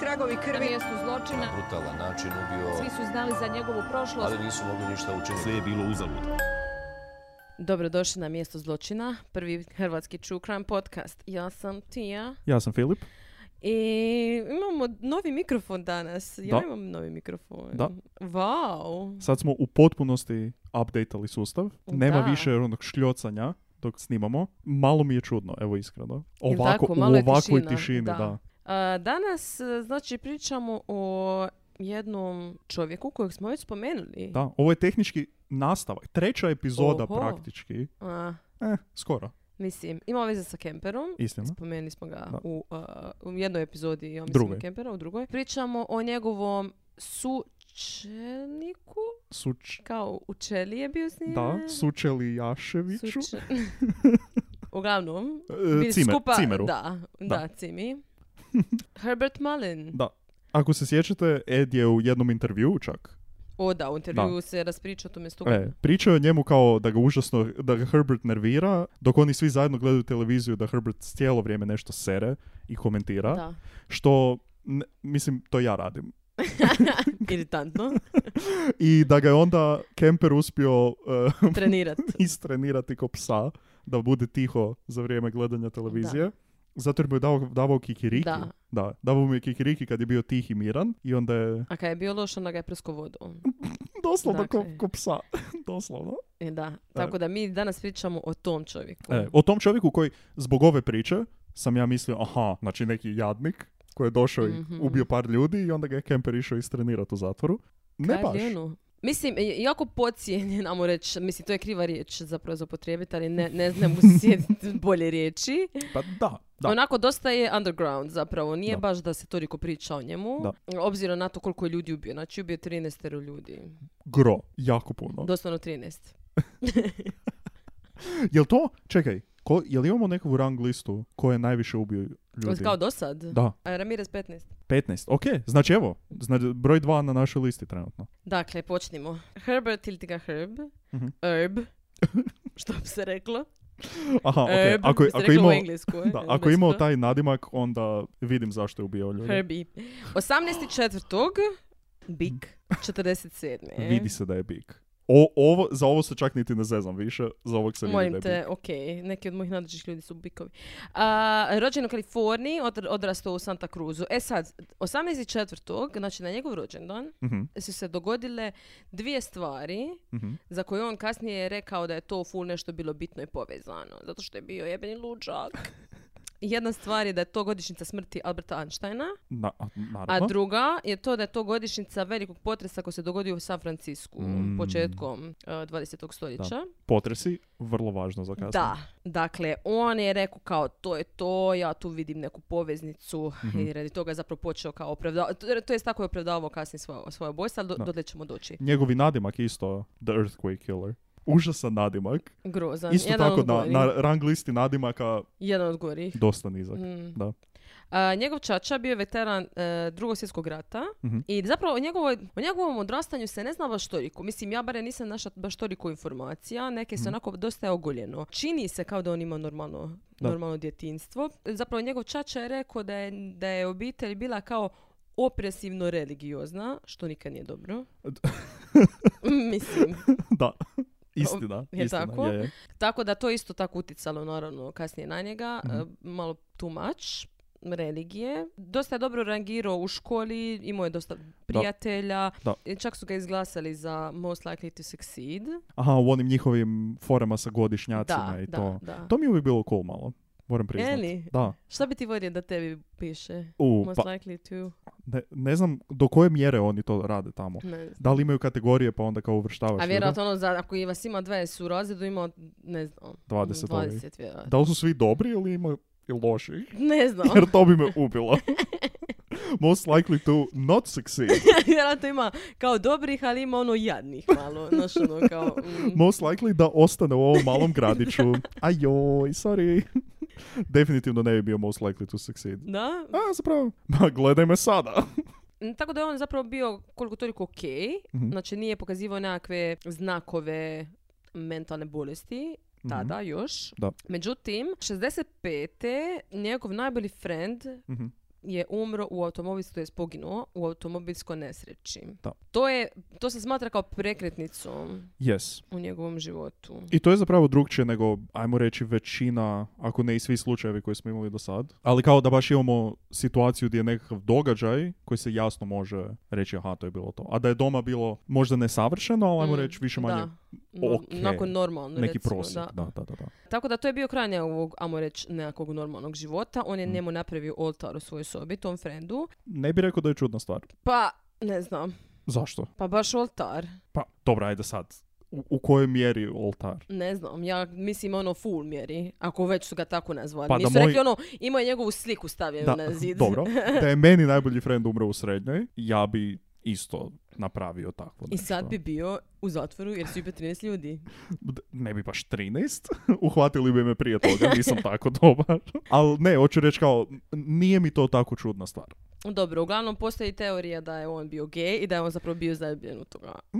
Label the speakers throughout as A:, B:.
A: tragovi
B: Na
A: krvi.
B: mjestu zločina
C: brutalan način
B: svi
C: ubio,
B: su znali za njegovu prošlost.
C: ali nisu mogli ništa učiniti.
D: Sve je bilo uzalud.
E: Dobrodošli na mjesto zločina, prvi hrvatski True Crime podcast. Ja sam Tija
D: Ja sam Filip.
E: i imamo novi mikrofon danas. Ja
D: Da.
E: imam novi mikrofon.
D: Da.
E: Wow.
D: Sad smo u potpunosti updateali sustav. Nema
E: Da.
D: više onog šljocanja dok snimamo. Malo mi je čudno, evo iskreno.
E: Jel
D: Ovako,
E: tako?
D: u
E: Malo je
D: ovakvoj
E: tišina,
D: tišini,
E: da.
D: da.
E: A, danas, e, znači, pričamo o jednom čovjeku kojeg smo već spomenuli.
D: Da, ovo je tehnički nastavak. Treća epizoda
E: Oho.
D: praktički.
E: A,
D: Eh, skoro,
E: mislim, ima veze sa Kemperom.
D: istina.
E: Spomenuli smo ga
D: Da.
E: u, uh, u jednoj epizodi, ja mislim,
D: Drugoj.
E: Kempera, u drugoj. Pričamo o njegovom sučelniku,
D: Suč...
E: kao u Čeli je bio s njim.
D: Da, Sučeli Jaševiću.
E: Suče- Uglavnom,
D: E,
E: bili
D: Cimer-
E: skupa,
D: Cimeru.
E: Da, da, Cimi. Herbert Mullen.
D: Da. Ako se sjećate, Ed je u jednom intervjuu čak.
E: O da, u intervju se raspriča o tome stupu.
D: E, pričao je o njemu kao da ga užasno, da ga Herbert nervira, dok oni svi zajedno gledaju televiziju da Herbert cijelo vrijeme nešto sere i komentira.
E: Da,
D: Što, ne- mislim, to ja radim.
E: iritantno,
D: I da ga je onda Kemper uspio eh,
E: trenirat.
D: istrenirati ko psa, da bude tiho za vrijeme gledanja televizije. Zato jer mu je dao, davao kikiriki.
E: Da.
D: davao mu je kikiriki kad je bio tih i miran i onda je
E: A kad je bio loš, onda ga je prskao vodom.
D: doslovno ko,
E: Dakle.
D: ko psa. doslovno.
E: E, da, tako da mi danas pričamo o tom čovjeku.
D: E, o tom čovjeku koji zbog ove priče sam ja mislio, aha, znači neki jadnik koji je došao
E: Mhm.
D: i ubio par ljudi i onda ga je Kemper išao istrenirati u zatvoru. Ne
E: Kaj
D: baš.
E: li ono? Mislim, je- jako pocijenjen, amo reći, mislim, to je kriva riječ zapravo za upotrijebiti, ali ne, ne znam sjetiti bolje riječi.
D: Pa da, da.
E: Onako, dosta je underground zapravo, nije
D: Da.
E: baš da se toliko priča o njemu, obzirom na to koliko je ljudi ubio, znači ubio je 13 ljudi,
D: Gro, jako puno.
E: doslovno 13.
D: Jel to, čekaj, ko, jel imamo nekakvu rang listu ko je najviše ubio ljudi?
E: Kao do sad,
D: Da,
E: A Ramirez 15.
D: 15. Ok, znači evo, znači, broj 2 na našoj listi trenutno.
E: Dakle, počnimo. Herbert ili ti ga Herb,
D: Mhm.
E: Herb, što bi se reklo?
D: Aha, ok,
E: Herb,
D: ako,
E: bi
D: je-
E: se
D: ako,
E: reklo
D: imao,
E: E, u englesku. e,
D: da,
E: u
D: ako je imao
E: beskoro.
D: taj nadimak, onda vidim zašto je ubio ljudi.
E: Herbie. 18.4. Big eh? 47.
D: Mhm. Vidi se da je big. O, ovo, za ovo se čak niti ne zezam više, za ovog se
E: Molim
D: vidi da je
E: te, ok, neki od mojih nadređih ljudi su bikovi. A, rođen u Kaliforniji, odr- odrastao u Santa Cruzu. E sad, 18.4. znači na njegov rođendan
D: big. Mhm,
E: su se dogodile dvije stvari
D: mhm.
E: za koje on kasnije je rekao da je to ful nešto bilo bitno i povezano. Zato što je bio jebeni luđak. Jedna stvar je da je to godišnjica smrti Alberta Einsteina,
D: Na, a,
E: a
D: naravno.
E: druga je to da je to godišnjica velikog potresa koji se dogodio u San Francisku
D: Mm.
E: početkom e, 20. stoljeća.
D: Potresi, vrlo važno za kasnije.
E: Da, dakle, on je rekao kao to je to, ja tu vidim neku poveznicu
D: Mhm.
E: i radi toga je zapravo počeo kao opravdavao, to, to je tako je opravdavao kasnije svoje, svoje bojstva, ali do,
D: Da.
E: dotle ćemo doći.
D: Njegovi nadimak je isto The Earthquake Killer. Užasan nadimak.
E: Grozan,
D: Isto
E: jedan
D: tako
E: od
D: na,
E: gorih.
D: na rang listi nadimaka
E: Jedan od gorih.
D: dosta nizak.
E: Mm.
D: Da.
E: A, njegov čača bio je veteran e, drugog svjetskog rata
D: Mhm.
E: i zapravo o, njegovoj, o njegovom odrastanju se ne zna baš toliko. Mislim, ja barem nisam našla baš toliko informacija, neke
D: Mhm.
E: se onako dosta je ogoljeno. Čini se kao da on ima normalno,
D: Da.
E: normalno djetinstvo. Zapravo njegov čača je rekao da je, da je obitelj bila kao opresivno religiozna, što nikad nije dobro. Mislim,
D: da. Istina,
E: je
D: istina.
E: tako?
D: Je, je.
E: tako da to je isto tako uticalo naravno kasnije na njega,
D: Mhm.
E: e, malo tumač religije. Dosta je dobro rangirao u školi, imao je dosta prijatelja,
D: Da.
E: E, čak su ga izglasali za most likely to succeed.
D: Aha, u onim njihovim forama sa godišnjacima
E: Da,
D: Znači, i
E: da,
D: to.
E: da.
D: To mi je uvijek bilo cool malo, moram priznat.
E: Eli?
D: Da.
E: Šta bi ti volio da tebi piše?
D: U,
E: most
D: pa,
E: likely to...
D: ne, ne znam do koje mjere oni to rade tamo.
E: Ne znam.
D: Da li imaju kategorije pa onda kao uvrštavaš
E: A
D: ljude?
E: vjerojatno ono, za, ako i vas ima 20 u razredu, ima, ne znam,
D: 20 ovih.
E: 20 vjerojatno.
D: Da li su svi dobri ili ima i loši?
E: Ne znam,
D: Jer to bi me ubilo. Most likely to not succeed.
E: vjerojatno ima kao dobrih, ali ima ono jadnih malo, znaš ono kao... mm.
D: Most likely da ostane u ovom malom gradiću. Ajoj, sorry. Definitivno ne bi bio most likely to succeed.
E: Da,
D: A, zapravo. Ma, gledaj me sada.
E: Mm, Tako da je on zapravo bio koliko toliko ok,
D: Mhm.
E: znači nije pokazivao nekakve znakove mentalne bolesti, tada još.
D: Mhm. Da.
E: Međutim, 65. njegov najbolji friend
D: Mhm.
E: je umro u automobilskoj, to je poginuo u automobilskoj nesreći.
D: Da.
E: To, je, to se smatra kao prekretnicom
D: Yes.
E: u njegovom životu.
D: I to je zapravo drugčije nego, ajmo reći, većina, ako ne i svi slučajevi koje smo imali do sad. Ali kao da baš imamo situaciju gdje je nekakav događaj koji se jasno može reći aha, to je bilo to. A da je doma bilo možda nesavršeno, ali ajmo
E: Mm,
D: reći više manje
E: da. No-
D: ok,
E: onako normalno,
D: neki
E: recimo,
D: prosjek.
E: da.
D: Da, da, da. da.
E: Tako da to je bio kraj njegovog, ajmo reći, nekakvog normalnog života. On je
D: Mm.
E: njemu napravio oltar u svojoj sobi, tom frendu.
D: Ne bi rekao da je čudna stvar.
E: Pa, ne znam,
D: Zašto?
E: pa baš oltar.
D: Pa, dobro, ajde sad. U, u kojoj mjeri oltar?
E: Ne znam, ja mislim ono full mjeri, ako već su ga tako nazvali.
D: Pa da
E: Nisu
D: moj-
E: rekli ono, imao je njegovu sliku stavljenu
D: Da,
E: na zid.
D: dobro. Da je meni najbolji friend umro u srednjoj, ja bi isto napravio takvo
E: I
D: nešto.
E: sad bi bio u zatvoru jer su i 13 ljudi.
D: D- ne bi baš 13, uhvatili bi me prije toga, nisam tako dobar. Ali ne, hoću reći kao, nije mi to tako čudna stvar.
E: Dobro, uglavnom postoji teorija da je on bio gej i da je on zapravo bio zaljubljen u toga
D: Mm,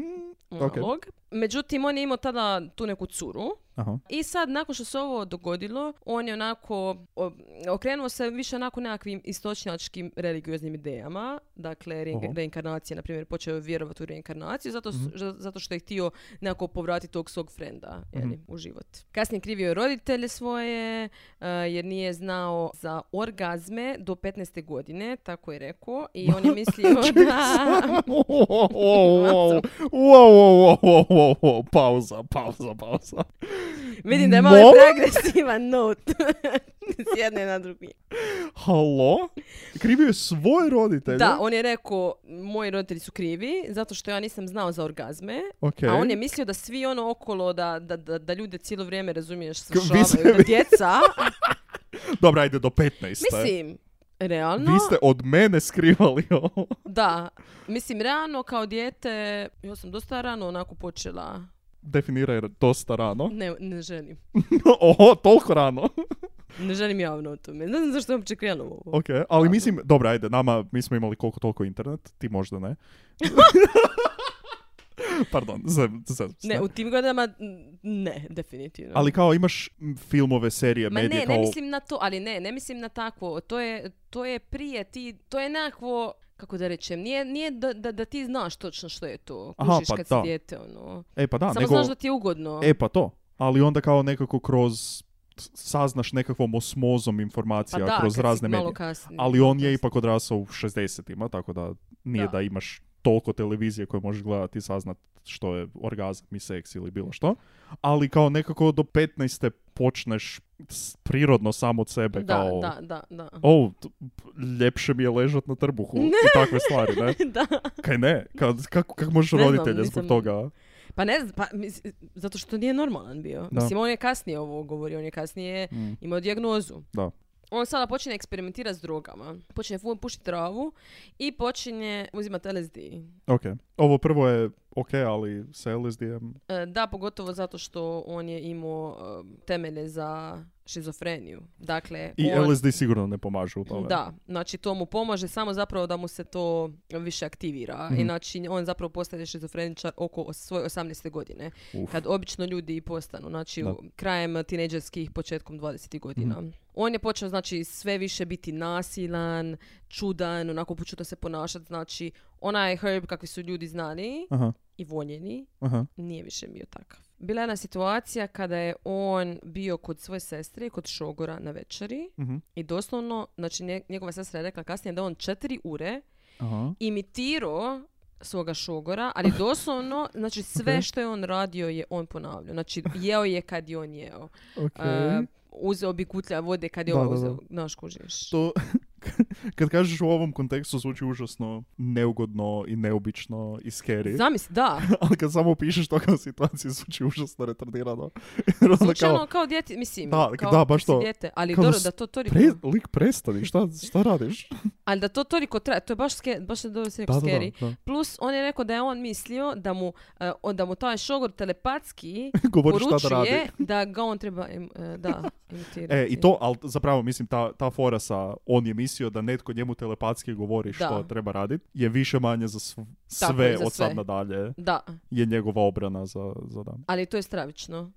E: monolog.
D: Ok.
E: Međutim, on je imao tada tu neku curu
D: aha.
E: i sad nakon što se ovo dogodilo, on je onako o- okrenuo se više onako nekakvim istočnjačkim religioznim idejama. Dakle, rein-
D: Oho.
E: reinkarnacija, na primjer, počeo je vjerovati u reinkarnaciju zato, s-
D: Mhm.
E: ž- zato što je htio nekako povratiti tog svog frenda je
D: Mhm.
E: u život. Kasnije krivio je roditelje svoje e, jer nije znao za orgazme do 15. godine, tako je rekao. I on je mislio da...
D: Wow, wow, wow, wow, wow, wow, wow, pauza, pauza, pauza.
E: Vidim da je malo
D: Molim?
E: preagresivan not. S jedne na drugi.
D: Halo? Krivio je svoje roditelje?
E: Da, on je rekao, moji roditelji su krivi, zato što ja nisam znao za orgazme,
D: Okej.
E: a on je mislio da svi ono okolo, da, da, da, da ljude cijelo vrijeme, razumiješ,
D: vi
E: svršavaju,
D: ste-
E: da djeca,
D: Dobro, ajde do 15.
E: mislim, realno,
D: Vi ste od mene skrivali ovo.
E: da, mislim, rano kao dijete, ja sam dosta rano onako počela,
D: Definira je dosta rano.
E: ne, ne želim,
D: Oho, toliko rano.
E: ne želim javno o tome, ne znam zašto je uopće krenulo ovo.
D: Ok, ali mislim, dobro, ajde, nama, mi smo imali koliko toliko internet, ti možda ne. Pardon, zem, zem,
E: Ne, u tim godinama, n- ne, definitivno.
D: Ali kao imaš m, filmove, serije,
E: Ma
D: medije,
E: Pa ne,
D: kao...
E: ne mislim na to, ali ne, ne mislim na takvo. To je, to je prije ti, to je nekakvo, kako da rečem, nije, nije da, da, da ti znaš točno što je to.
D: Aha,
E: Kužiš
D: pa
E: kad
D: da.
E: si dijete, ono.
D: E pa da,
E: Samo
D: nego...
E: znaš da ti je ugodno.
D: E pa to. Ali onda kao nekako kroz saznaš nekakvom osmozom
E: pa
D: informacija
E: da,
D: kroz
E: kad si
D: razne
E: malo
D: medije.
E: kasnije.
D: Ali on je ipak odrasao u 60-ima, tako da nije da,
E: Da.
D: imaš toliko televizije koje možeš gledati i saznat što je orgazam i seks ili bilo što. Ali kao nekako do 15. počneš s- prirodno sam od sebe
E: Da,
D: kao...
E: da, da, da.
D: O, t- p- ljepše mi je ležat na trbuhu i takve stvari, ne?
E: da.
D: Kaj ne? Kao, kako, kako možeš
E: Ne znam,
D: roditelje zbog
E: nisam-
D: toga?
E: Pa ne znam, pa, mislim, zato što nije normalan bio.
D: Da.
E: Mislim, on je kasnije ovo govorio, on je kasnije
D: Mm.
E: imao dijagnozu.
D: Da.
E: On sada počinje eksperimentirati s drogama. Počinje ful pušiti travu i počinje uzimati LSD.
D: Ok. Ovo prvo je ok, ali sa LSD-em...
E: E, Da, pogotovo zato što on je imao e, temelje za šizofreniju. Dakle,
D: I
E: on,
D: LSD sigurno ne pomaže u tome.
E: da, znači to mu pomaže samo zapravo da mu se to više aktivira.
D: Mhm.
E: I znači on zapravo postaje šizofreničar oko os- svoje 18. godine.
D: Uf.
E: Kad obično ljudi i postanu, znači
D: Da. Mhm.
E: u- krajem tineđerskih, početkom 20. godina. On je počeo znači sve više biti nasilan, čudan, onako počuto se ponašati. Znači onaj Herb kakvi su ljudi znani
D: Aha,
E: i voljeni,
D: aha.
E: nije više bio takav. Bila je jedna situacija kada je on bio kod svoje sestre i kod šogora na večeri
D: mhm,
E: i doslovno, znači nje- njegova sestra je rekla kasnije da je on četiri ure
D: aha.
E: imitirao svoga šogora, ali doslovno, znači sve što je on radio je on ponavljao. Znači jeo je kad je on jeo.
D: Ok.
E: E, uzeo bi kutlja vode kad je
D: Da,
E: on
D: da, da.
E: uzeo. Znaš, kužiš.
D: To, kad kažeš u ovom kontekstu, zvuči užasno neugodno i neobično i scary.
E: Zamisli, da.
D: Ali kad samo pišeš to kao situaciju, zvuči užasno retardirano. Jer onda
E: Zvuči ono
D: kao,
E: kao djeti, mislim,
D: Da,
E: kao
D: da, baš
E: kad si
D: to.
E: dijete, ali
D: Kao da
E: dobro
D: s-
E: da to toliko...
D: pre, lik prestani, šta, šta radiš?
E: Ali da to toliko traje, to je baš, ske, baš je dobro si
D: Da,
E: rekao,
D: da,
E: scary.
D: da, da.
E: Plus, on je rekao da je on mislio da mu, e, o- da mu taj šogor telepatski
D: Govori šta da radi.
E: poručuje da ga on treba im, e, da, imitirati.
D: E, i to, ali zapravo, mislim, ta, ta fora sa on je mislio da netko njemu telepatski govori što
E: Da.
D: treba radit, je više manje za sv- sve
E: za
D: od sad
E: sve.
D: nadalje
E: Da,
D: je njegova obrana za, za dan.
E: ali to je stravično.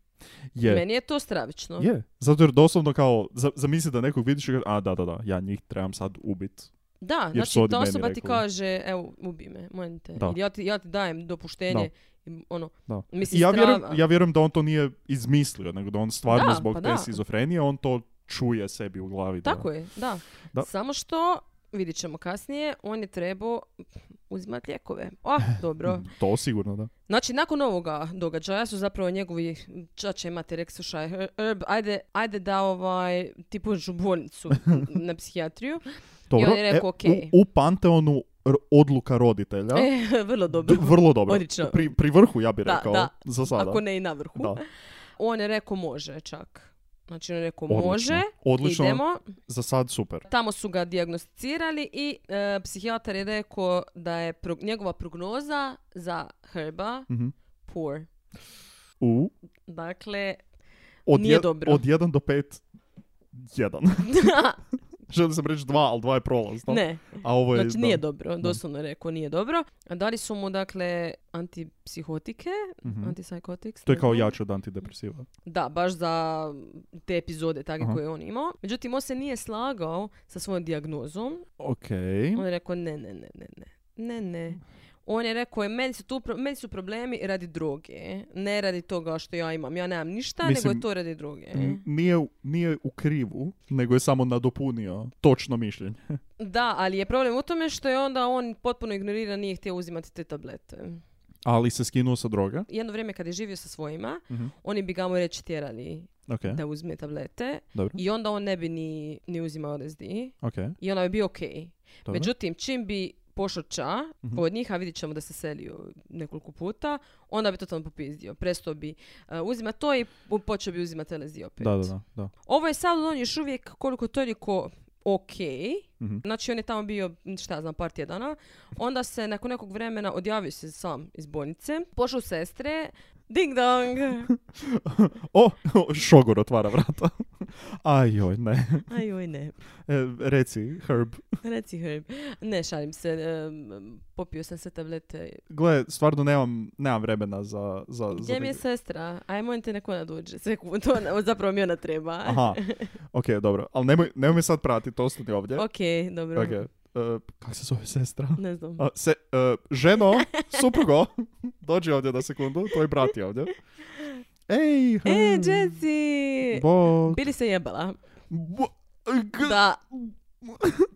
D: Je.
E: Meni je to stravično.
D: Je. Zato jer doslovno kao, za- zamisli da nekog vidiš i kaže, a da, da, da, ja njih trebam sad ubit.
E: Da,
D: Jer su
E: znači
D: oni
E: ta
D: meni
E: osoba ti
D: rekli.
E: kaže, evo, ubi me, molim te.
D: Da.
E: Ili Ja, ti, ja ti dajem dopuštenje. i Ono,
D: Da. I
E: mislim,
D: ja vjerujem,
E: strava.
D: ja vjerujem da on to nije izmislio, nego da on stvarno
E: Da,
D: zbog
E: pa
D: te
E: da.
D: schizofrenije, on to čuje sebi u glavi. da-
E: Tako je, da.
D: Da.
E: Samo što, vidit ćemo kasnije, on je trebao uzimati lijekove. Ah, dobro.
D: Mm, To sigurno, da.
E: Znači, nakon ovoga događaja su zapravo njegovi čače i mati rekli, slušaj, Herb, ajde, ajde da ovaj, ti pođeš u bolnicu na psihijatriju.
D: Dobro.
E: on je rekao,
D: e,
E: "Okej."
D: u, u panteonu r- odluka roditelja.
E: E, vrlo dobro.
D: D- vrlo dobro.
E: Odlično.
D: Pri, pri vrhu, ja bih
E: Da,
D: rekao.
E: da.
D: Za sada.
E: Ako ne i na vrhu.
D: Da.
E: On je rekao može čak. Znači on je rekao
D: Odlično.
E: može,
D: Odlično.
E: idemo.
D: Za sad super.
E: Tamo su ga dijagnosticirali i e, psihijatar je rekao da je prog- njegova prognoza za Herba
D: Mhm.
E: poor.
D: U,
E: Dakle,
D: od,
E: Nije
D: jed-
E: dobro.
D: od 1 do 5, 1. Želim sam reći 2, ali 2 je prolaz. da?
E: ne,
D: A ovo je,
E: znači
D: da.
E: nije dobro, doslovno je rekao nije dobro. A dali su mu, dakle, antipsihotike,
D: Mhm.
E: antipsychotics.
D: To
E: ne
D: je kao
E: znam.
D: jače od antidepresiva.
E: Da, baš za te epizode takve
D: Aha.
E: koje je on imao. Međutim, on se nije slagao sa svojom dijagnozom
D: Ok.
E: On je rekao ne, ne, ne, ne, ne, ne, ne. On je rekao, meni su, tu, pro- meni su problemi radi droge, ne radi toga što ja imam. Ja nemam ništa, nego
D: Mislim, Mhm.
E: je to radi droge.
D: Nije, u- nije u krivu, nego je samo nadopunio točno mišljenje.
E: Da, ali je problem u tome što je onda on potpuno ignoriran, nije htio uzimati te tablete.
D: Ali se skinuo sa droga.
E: Jedno vrijeme kad je živio sa svojima,
D: Mhm. E.
E: oni bi ga mu reći tjerali
D: Ok,
E: da uzme tablete
D: dobro.
E: i onda on ne bi ni, ni uzimao LSD
D: Ok,
E: i ono bi bio okej.
D: dobro. Mhm.
E: Međutim, čim bi pošao ča od njih, a vidit ćemo da se selio nekoliko puta, onda bi totalno popizdio. Prestao bi uh, uzimati to i po- počeo bi uzimati LSD opet.
D: Da, da, da. da.
E: Ovo je sad on još uvijek koliko toliko ok.
D: Mhm.
E: Znači on je tamo bio, šta ja znam, par tjedana. Onda se nakon nekog vremena odjavio se sam iz bolnice. Pošao sestre, ding dong,
D: O, šogor otvara vrata. Ajoj, ne.
E: ajoj ne,
D: E, reci, Herb.
E: reci herb. Ne, šalim se, em, popio sam sve tablete
D: Gle, stvarno nemam, nemam vremena za... za, za
E: Gdje mi je
D: neke-
E: sestra? Aj, molim te, neko ona dođe. Sekund, ona, zapravo mi ona treba.
D: Aha, ok, dobro. Ali nemoj, nemoj me sad pratiti, ostani ovdje.
E: Ok, dobro.
D: Ok, e, kako se zove sestra?
E: Ne znam.
D: A, se, e, ženo, suprugo, dođi ovdje na sekundu, tvoj brat je ovdje. Ej,
E: E,
D: Herb.
E: Jesse!
D: Bog.
E: Bili se jebala.
D: Bu- g-
E: Da,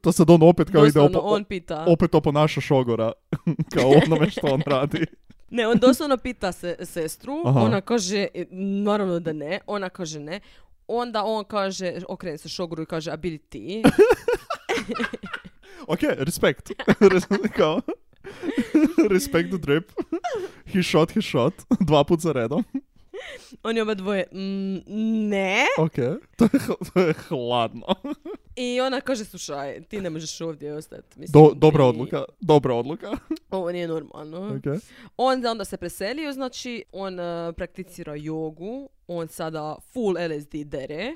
D: To sad on opet kao ide
E: doslovno,
D: opo-
E: on pita.
D: opet to ponaša šogora kao onome što on radi.
E: Ne, on doslovno pita se, sestru.
D: Aha.
E: Ona kaže, e, naravno da ne. Ona kaže ne. Onda on kaže, okrene se šogru i kaže, a bili ti?
D: Ok, respekt. Res- kao, respect the drip. He shot, he shot. Dva put za redom.
E: Oni oba dvoje, "Mm, ne.
D: Ok, to je, h- to je hladno.
E: I ona kaže, slušaj, ti ne možeš ovdje ostati. Mislim,
D: Do- dobra
E: ti-
D: odluka, dobra odluka.
E: Ovo nije normalno.
D: Ok.
E: On onda se preselio, znači on e, prakticira jogu, on sada full LSD dere.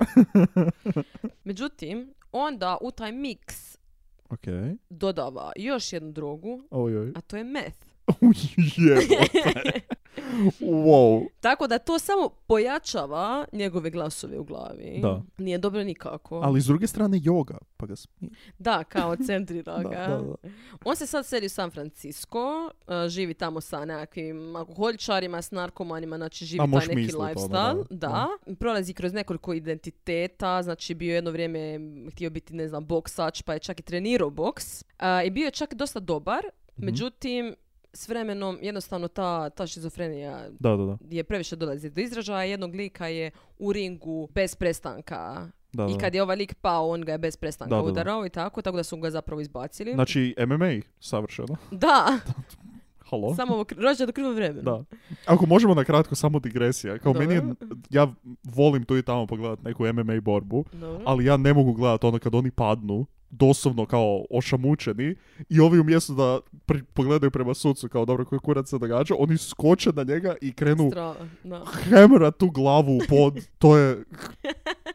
E: Međutim, onda u taj mix
D: Ok,
E: dodava još jednu drogu,
D: oj, oj.
E: a to je meth.
D: Jebote. Wow.
E: Tako da to samo pojačava njegove glasove u glavi.
D: Da.
E: Nije dobro nikako.
D: Ali s druge strane joga, pa ga smije.
E: Da, kao centrira
D: Da,
E: ga.
D: da, da.
E: On se sad seli u San Francisco, e, živi tamo sa nekakvim alkoholičarima, s narkomanima, znači živi
D: A
E: taj
D: moš
E: neki
D: mislit o tome,
E: lifestyle.
D: da.
E: da. Prolazi kroz nekoliko identiteta, znači bio je jedno vrijeme m, htio biti, ne znam, boksač, pa je čak i trenirao boks. A, I bio je čak dosta dobar,
D: Mhm.
E: međutim, s vremenom jednostavno ta, ta šizofrenija
D: Da, da, da.
E: je previše dolazi do izražaja. Jednog lika je u ringu bez prestanka.
D: da, da.
E: I kad je ovaj lik pao, on ga je bez prestanka
D: Da, da, da.
E: udarao i tako, tako da su ga zapravo izbacili.
D: Znači, MMA, savršeno.
E: Da,
D: Halo?
E: samo ovo kri- rođeno u krivom vremenu.
D: Da. Ako možemo na kratko, samo digresija. Kao
E: Dobro.
D: meni je, ja volim tu i tamo pogledat neku MMA borbu,
E: Dobro.
D: ali ja ne mogu gledat ono kad oni padnu, doslovno kao ošamučeni, i ovi u mjestu da pri- pogledaju prema sucu kao dobro koji kurac se događa, oni skoče na njega i krenu
E: Strava, da.
D: hemera tu glavu u pod, to je...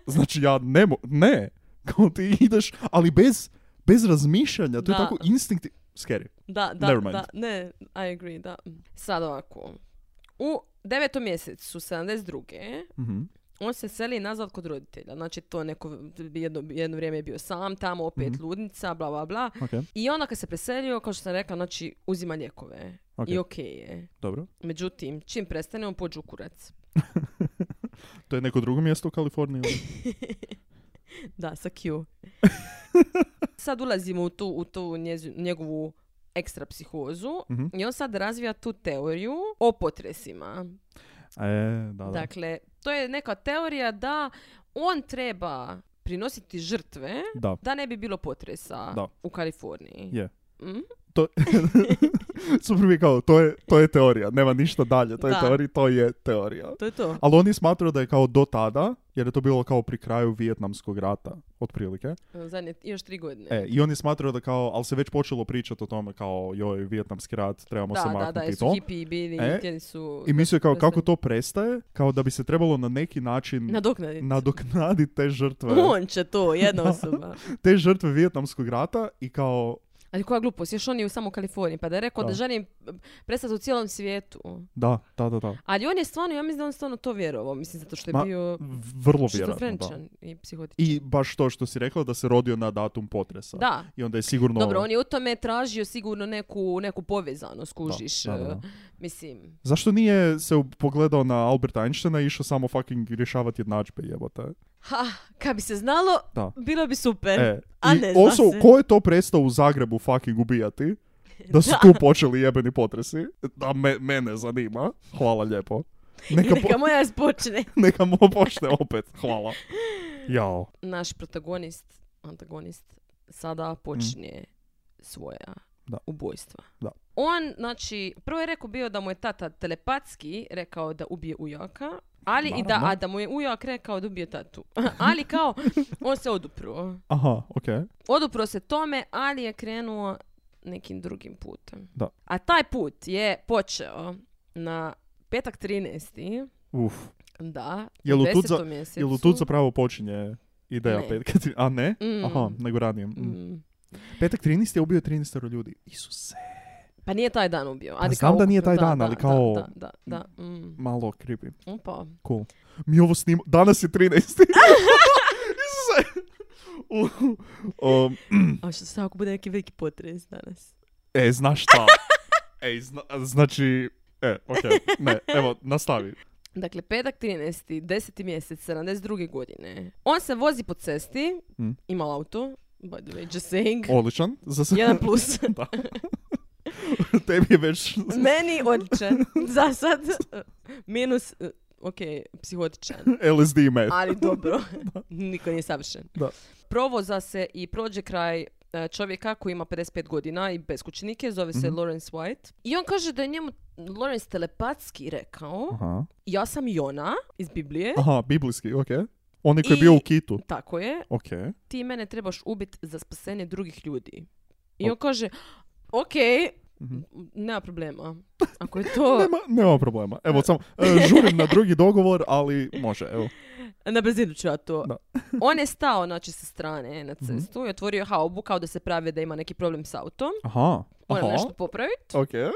D: Znači ja ne mo... Ne! Kao ti ideš, ali bez, bez razmišljanja, to je
E: Da.
D: tako instinktiv... Scary.
E: Da, da,
D: Never mind.
E: da, ne, I agree, da. Sad ovako. U devetom mjesecu 72.
D: Mhm.
E: On se seli nazad kod roditelja. Znači to neko jedno, jedno vrijeme je bio sam tamo, opet
D: Mhm.
E: ludnica, bla bla bla.
D: Okej,
E: I onda kad se preselio, kao što sam rekla, znači uzima lijekove.
D: okej,
E: I okej je.
D: dobro.
E: Međutim, čim prestane, on pođe u kurac.
D: To je neko drugo mjesto u Kaliforniji? ili?
E: Da, sa Q. sad ulazimo u tu, u tu njezi- njegovu ekstra psihozu
D: Mhm.
E: i on sad razvija tu teoriju o potresima.
D: E, da, da.
E: Dakle, to je neka teorija da on treba prinositi žrtve
D: Da.
E: da ne bi bilo potresa
D: Da.
E: u Kaliforniji.
D: Je.
E: Mhm.
D: Super mi je kao, to je, to je teorija, nema ništa dalje, to je
E: Da.
D: teorija, to je teorija.
E: To je to.
D: Ali oni smatraju da je kao do tada, jer je to bilo kao pri kraju Vijetnamskog rata, otprilike.
E: Zadnje, još tri godine.
D: E, I oni smatraju da kao, ali se već počelo pričati o tome kao, joj, Vijetnamski rat, trebamo se
E: da, da, da,
D: maknuti i
E: jer
D: to.
E: su hippiji bili,
D: E,
E: htjeli su
D: I mislio je kao,
E: Dosta-
D: kako to prestaje, kao da bi se trebalo na neki način
E: nadoknaditi.
D: nadoknaditi te žrtve,
E: On će to, jedna osoba.
D: te žrtve Vijetnamskog rata i kao,
E: Ali koja glupost, još on je u samo Kaliforniji, pa da je rekao da,
D: Da.
E: želim prestati u cijelom svijetu.
D: da, da, da, da,
E: Ali on je stvarno, ja mislim da on stvarno to vjerovao, mislim, zato što je
D: Ma,
E: bio
D: vrlo vjerojatno, da.
E: šizofreničan i psihotičan.
D: I baš to što si rekla, da se rodio na datum potresa.
E: Da,
D: I onda je sigurno...
E: dobro, on je u tome tražio sigurno neku, neku povezanost, kužiš.
D: da, da, da.
E: eh, Mislim,
D: Zašto nije se u- pogledao na Alberta Einsteina i išao samo fucking rješavati jednadžbe, jebote?
E: ha, kad bi se znalo,
D: Da.
E: bilo bi super.
D: E,
E: a
D: i
E: ne zna
D: also,
E: se.
D: ko je to prestao u Zagrebu fucking ubijati? Da su
E: Da.
D: tu počeli jebeni potresi. Da, me, mene zanima. Hvala lijepo. Neka, po,
E: Neka moja počne.
D: neka mu pošte opet. Hvala. Jao.
E: naš protagonist, antagonist, sada počinje svoja
D: Mhm. Da.
E: ubojstva.
D: Da.
E: On, znači, prvo je rekao bio da mu je tata telepatski rekao da ubije ujaka, ali i da,
D: Naravno.
E: a da mu je ujak rekao da ubije tatu. ali kao, on se odupro.
D: Aha, ok.
E: Odupro se tome, ali je krenuo nekim drugim putem.
D: Da.
E: A taj put je počeo na petak 13.
D: Uf.
E: Da,
D: Jel
E: u
D: u tu za-
E: 10. mjesecu.
D: Jel u tu zapravo počinje ideja
E: Ne.
D: petka? tri- A ne?
E: Mm.
D: Aha, nego ranije. Mm.
E: Mm.
D: Petak 13. je ubio 13 ljudi. Isuse.
E: Pa nije taj dan ubio. Ali
D: znam
E: kao
D: da nije taj
E: ukupno,
D: dan, ali kao-
E: Da, da, da. da, mm.
D: Malo creepy.
E: Opa.
D: Cool. Mi ovo snimamo... Danas je 13. Isuse! U- um,
E: A što se ako bude neki veliki potres danas?
D: e, znaš šta? Ej, zna, znači... E, okej, ne, evo, nastavi.
E: Dakle, petak 13. 10. mjesec 72. godine. On se vozi po cesti,
D: Mm.
E: ima auto, by the way, just saying.
D: Odličan. Za sad
E: Jedan plus.
D: tebi je već...
E: Meni odličan. Za sad. Minus, eh, ok, psihotičan.
D: LSD i meth.
E: Ali dobro, niko nije savršen.
D: Da.
E: Provoza se i prođe kraj e, čovjeka koji ima 55 godina i beskućnik je, zove se
D: Mhm.
E: Lawrence White. I on kaže da je njemu Lawrence telepatski rekao,
D: Aha.
E: ja sam Jona iz Biblije,
D: Aha, biblijski, okej. Onaj koji je
E: I-
D: bio u kitu.
E: tako je,
D: Okej.
E: ti mene trebaš ubit za spasenje drugih ljudi.
D: Ok.
E: I on kaže, ok,
D: Mhm.
E: nema problema. Ako je to
D: Nema, nema problema. Evo, samo, e, žurim na drugi dogovor, ali može, evo.
E: Na brzinu ću ja to.
D: Da. Mhm.
E: On je stao, znači, sa strane na cestu i otvorio je haubu kao da se prave da ima neki problem s autom.
D: Aha.
E: Moram
D: Aha.
E: nešto popraviti.
D: Okej.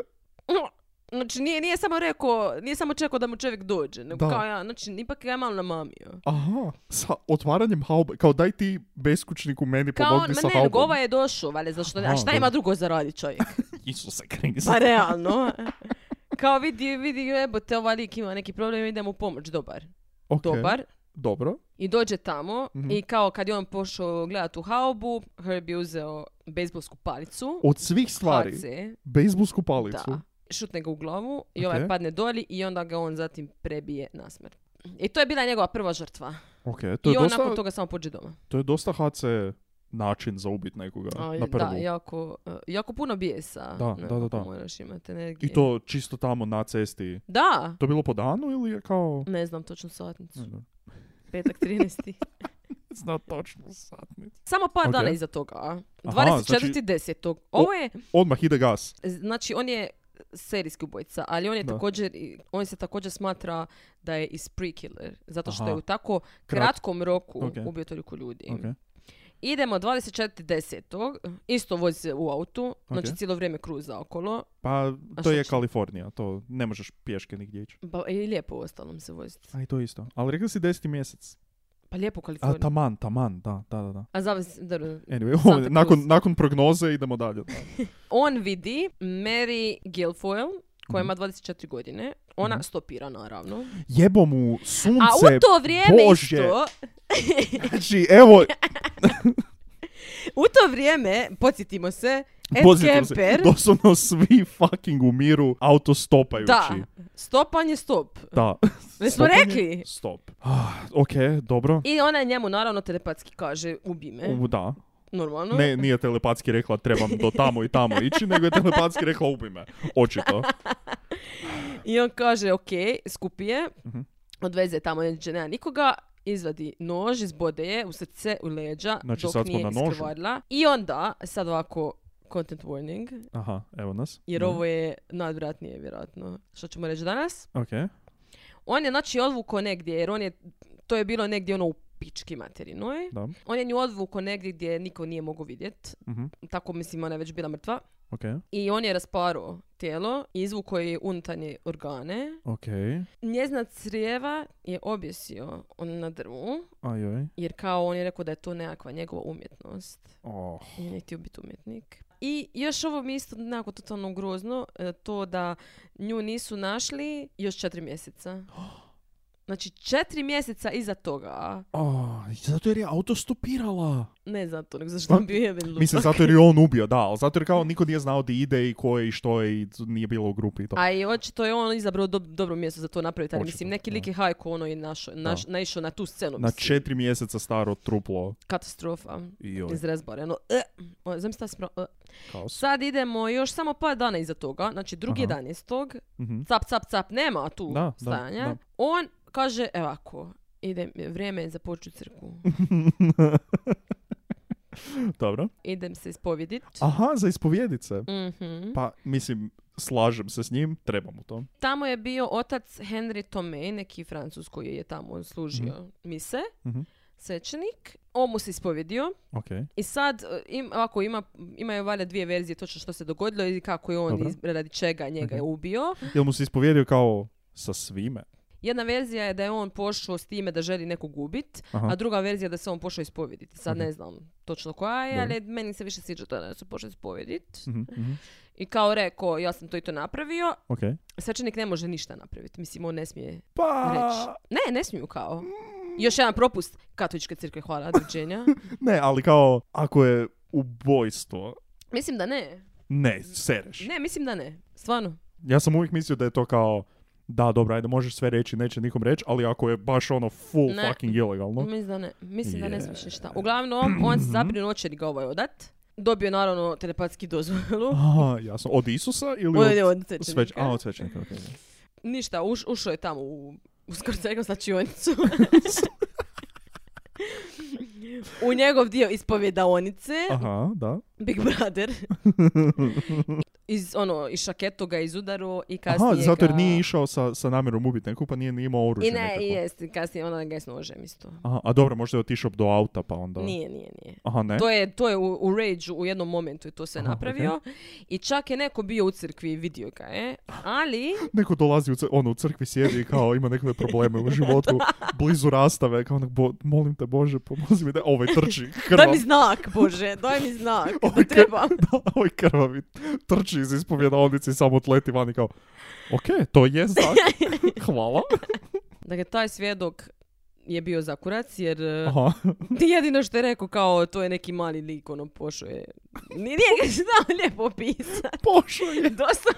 E: Znači, nije, nije samo rekao, nije samo čekao da mu čovjek dođe, nego
D: Da. Pa
E: kao ja, znači, ipak ga je malo namamio.
D: Aha, sa otvaranjem haube, kao daj ti beskućniku meni
E: Kao, on,
D: pomogni
E: ma
D: sa
E: ne,
D: haubom.
E: nego ovaj je došao, valjda, zašto ne,
D: Aha,
E: a šta
D: dobro.
E: ima drugo za radit čovjek?
D: Isuse Kriste.
E: Pa realno. Kao vidi, vidi, jebote, ovaj lik ima neki problem, ide mu pomoć, dobar.
D: Ok,
E: Dobar.
D: Dobro.
E: I dođe tamo
D: Mhm.
E: i kao kad je on pošao gledat u haubu, Herb je uzeo bejsbolsku palicu.
D: Od svih stvari,
E: HC,
D: bejsbulsku palicu.
E: da. Šutne ga u glavu i ovaj
D: Ok.
E: padne doli i onda ga on zatim prebije nasmrt. I to je bila njegova prva žrtva.
D: Ok, to je,
E: I on
D: dosta,
E: nakon toga samo pođe doma.
D: to je dosta HC način za ubit nekoga
E: A,
D: na prvu.
E: da, jako, eh, jako puno bijesa.
D: Da,
E: ne,
D: da, da,
E: ako
D: da.
E: Moraš imati energije.
D: I to čisto tamo na cesti.
E: Da,
D: To je bilo po danu ili je kao...
E: ne znam točnu satnicu.
D: Ne znam.
E: Petak 13.
D: Zna točno satnicu.
E: Samo par
D: Ok.
E: dana iza toga.
D: Aha, znači-
E: 24.10. Ovo je,
D: Odmah ide gas.
E: znači on je serijski ubojica, ali on je
D: Da.
E: također, i- on se također smatra da je i spree killer, zato što
D: Aha.
E: je u tako
D: Krat-
E: kratkom roku
D: Ok.
E: ubio toliko ljudi.
D: Ok.
E: Idemo 24.10. Isto vozi u autu, znači
D: Ok.
E: cijelo vrijeme kruza okolo.
D: Pa
E: A
D: to
E: šta
D: je
E: će?
D: Kalifornija, to ne možeš pješke nigdje ići.
E: Pa i lijepo u ostalom se voziti.
D: A i to isto. Ali rekli si deseti mjesec.
E: Pa lijepo u
D: A
E: Kaliforniji.
D: taman, taman, da, da, da. da.
E: A zavis, dobro.
D: Anyway,
E: Santa
D: ovdje, nakon,
E: Cruz.
D: nakon prognoze idemo dalje.
E: On vidi Mary Guilfoyle, koja ima 24 godine. Ona
D: Mhm.
E: stopira, naravno.
D: Jebo mu
E: A
D: sunce.
E: u to vrijeme
D: Bože.
E: isto,
D: Znači, evo,
E: u to vrijeme, podsjetimo se, Ed
D: pozitivno se,
E: Kemper,
D: doslovno svi fucking umiru autostopajući.
E: da, stopan je stop.
D: Da.
E: Ne smo
D: Stopanje,
E: rekli.
D: Stop. Ah, ok, dobro.
E: I ona je njemu naravno telepatski kaže, ubi me,
D: U, Da.
E: normalno.
D: Ne, nije telepatski rekla trebam do tamo i tamo ići, nego je telepatski rekla ubi me. Očito.
E: I on kaže, ok, skupi je,
D: Mhm.
E: odveze je tamo, neće nema nikoga, izvadi nož, izbode je u srce, u leđa,
D: Znači,
E: dok
D: sad smo
E: nije
D: na nožu.
E: iskrvarila. I onda, sad ovako, content warning,
D: Aha, evo nas.
E: jer
D: Da.
E: ovo je najodvratnije vjerojatno što ćemo reći danas.
D: Ok.
E: On je znači odvukao negdje, jer on je, to je bilo negdje ono u pički materinoj.
D: Da.
E: On je nju odvukao negdje gdje niko nije mogao vidjet,
D: Mhm.
E: tako mislim ona je već bila mrtva.
D: Ok.
E: I on je rasparao tijelo, izvukao je unutarnje organe.
D: Ok.
E: Njezna crijeva je objesio on na drvu,
D: Ajoj.
E: jer kao on je rekao da je to nekakva njegova umjetnost.
D: Oh.
E: I on je htio biti umjetnik. I još ovo mi je isto nekako totalno grozno, e, to da nju nisu našli još četiri mjeseca. Znači četiri mjeseca iza toga.
D: Oh, zato jer je autostopirala.
E: Ne zato, nego zašto on bio jeben lupak.
D: Mislim, zato jer je on ubio, da, ali zato jer kao niko nije znao di ide i ko je i što je i nije bilo u grupi i to.
E: A i očito je on izabrao dob- dobro mjesto za to napraviti. ali
D: Očito,
E: mislim, neki lik
D: da.
E: je hajko ono i našo, naš, naišao na tu scenu.
D: Na
E: mislim.
D: četiri mjeseca staro truplo.
E: Katastrofa.
D: Joj,
E: Izrezbareno. E, o, zamisli ta smra- e.
D: kaos.
E: Sad idemo još samo par dana iza toga, znači drugi
D: Aha.
E: 11.
D: Mhm.
E: Cap, cap, cap, nema tu
D: Da, da,
E: stajanja.
D: da.
E: On kaže, evako, ide, vrijeme je za poču crku.
D: Dobro.
E: Idem se ispovjedit.
D: Aha, za ispovjedice.
E: Mhm.
D: Pa, mislim, slažem se s njim, trebamo to.
E: Tamo je bio otac Henry Tomei, neki francus koji je tamo služio mise,
D: Mhm.
E: svećenik. On mu se ispovjedio
D: Ok.
E: i sad e, im, ovako, ima, imaju valjda dvije verzije točno što se dogodilo i kako je on,
D: Dobro.
E: iz- radi čega njega je ubio.
D: Jel mu se ispovjedio kao sa svime?
E: Jedna verzija je da je on pošao s time da želi nekog ubit,
D: Aha.
E: a druga verzija je da se on pošao ispovjediti. Sad
D: Mhm.
E: ne znam točno koja je,
D: Dobro.
E: ali meni se više sviđa to da se pošao ispovjediti.
D: Mhm, mhm.
E: I kao rekao, ja sam to i to napravio,
D: Ok.
E: svećenik ne može ništa napraviti. Mislim, on ne smije
D: Pa...
E: reći. Ne, ne smiju kao. Još jedan propust. Katoličke crkve, hvala, doviđenja.
D: Ne, ali kao, ako je ubojstvo,
E: mislim da ne.
D: ne, sereš.
E: Ne, mislim da ne. Stvarno.
D: Ja sam uvijek mislio da je to kao, da, dobro, ajde, možeš sve reći, neće nikom reći, ali ako je baš ono full
E: Ne. Mm.
D: fucking ilegalno.
E: Mislim da ne. Mislim da ne smiješ
D: Je. Mhm.
E: ništa. Uglavnom, on se zabrinu očeri ga ovaj odat. Dobio je naravno telepatski dozvolu.
D: Aha, jasno. Od Isusa ili
E: On je
D: od...
E: od
D: Sveć...
E: svećenika.
D: A, od svećenika, okej.
E: Ništa, uš, ušao je tamo u, u skorcegnu slačionicu. u njegov dio ispovjedaonice.
D: Aha, da.
E: Big Brother. iz, ono, iz šaketu ga izudaro i kasnije
D: Aha, zato jer
E: ga-
D: nije išao sa, sa namjerom ubiti neku, pa nije ni imao oružje
E: I ne,
D: nekako.
E: i jest, kasnije ona ga je s nožem isto.
D: Aha, a dobro, možda je otišao do auta, pa onda...
E: Nije, nije, nije.
D: Aha, ne?
E: To je, to je u, u rage u jednom momentu je to sve
D: E? Aha,
E: napravio. I čak je neko bio u crkvi i vidio ga je. Ali,
D: Neko dolazi, u cr... ono, u crkvi sjedi i kao ima nekakve probleme u životu, blizu rastave, kao onak, bo... molim te Bože, pomozi mi da... Ovaj trči,
E: daj
D: krvav.
E: mi znak, Bože, daj mi znak, da
D: Ovaj kr-
E: trebam.
D: da, ovaj krvavi trči iz ispovjedalnice i samo odleti van i kao, ok, to je znak, hvala.
E: Dakle, taj svjedok je bio za kurac, jer eh,
D: Aha,
E: jedino što je rekao kao to je neki mali lik, ono pošao je. Ni- Nije ga znao lijepo opisati.
D: pošao je.
E: Dosta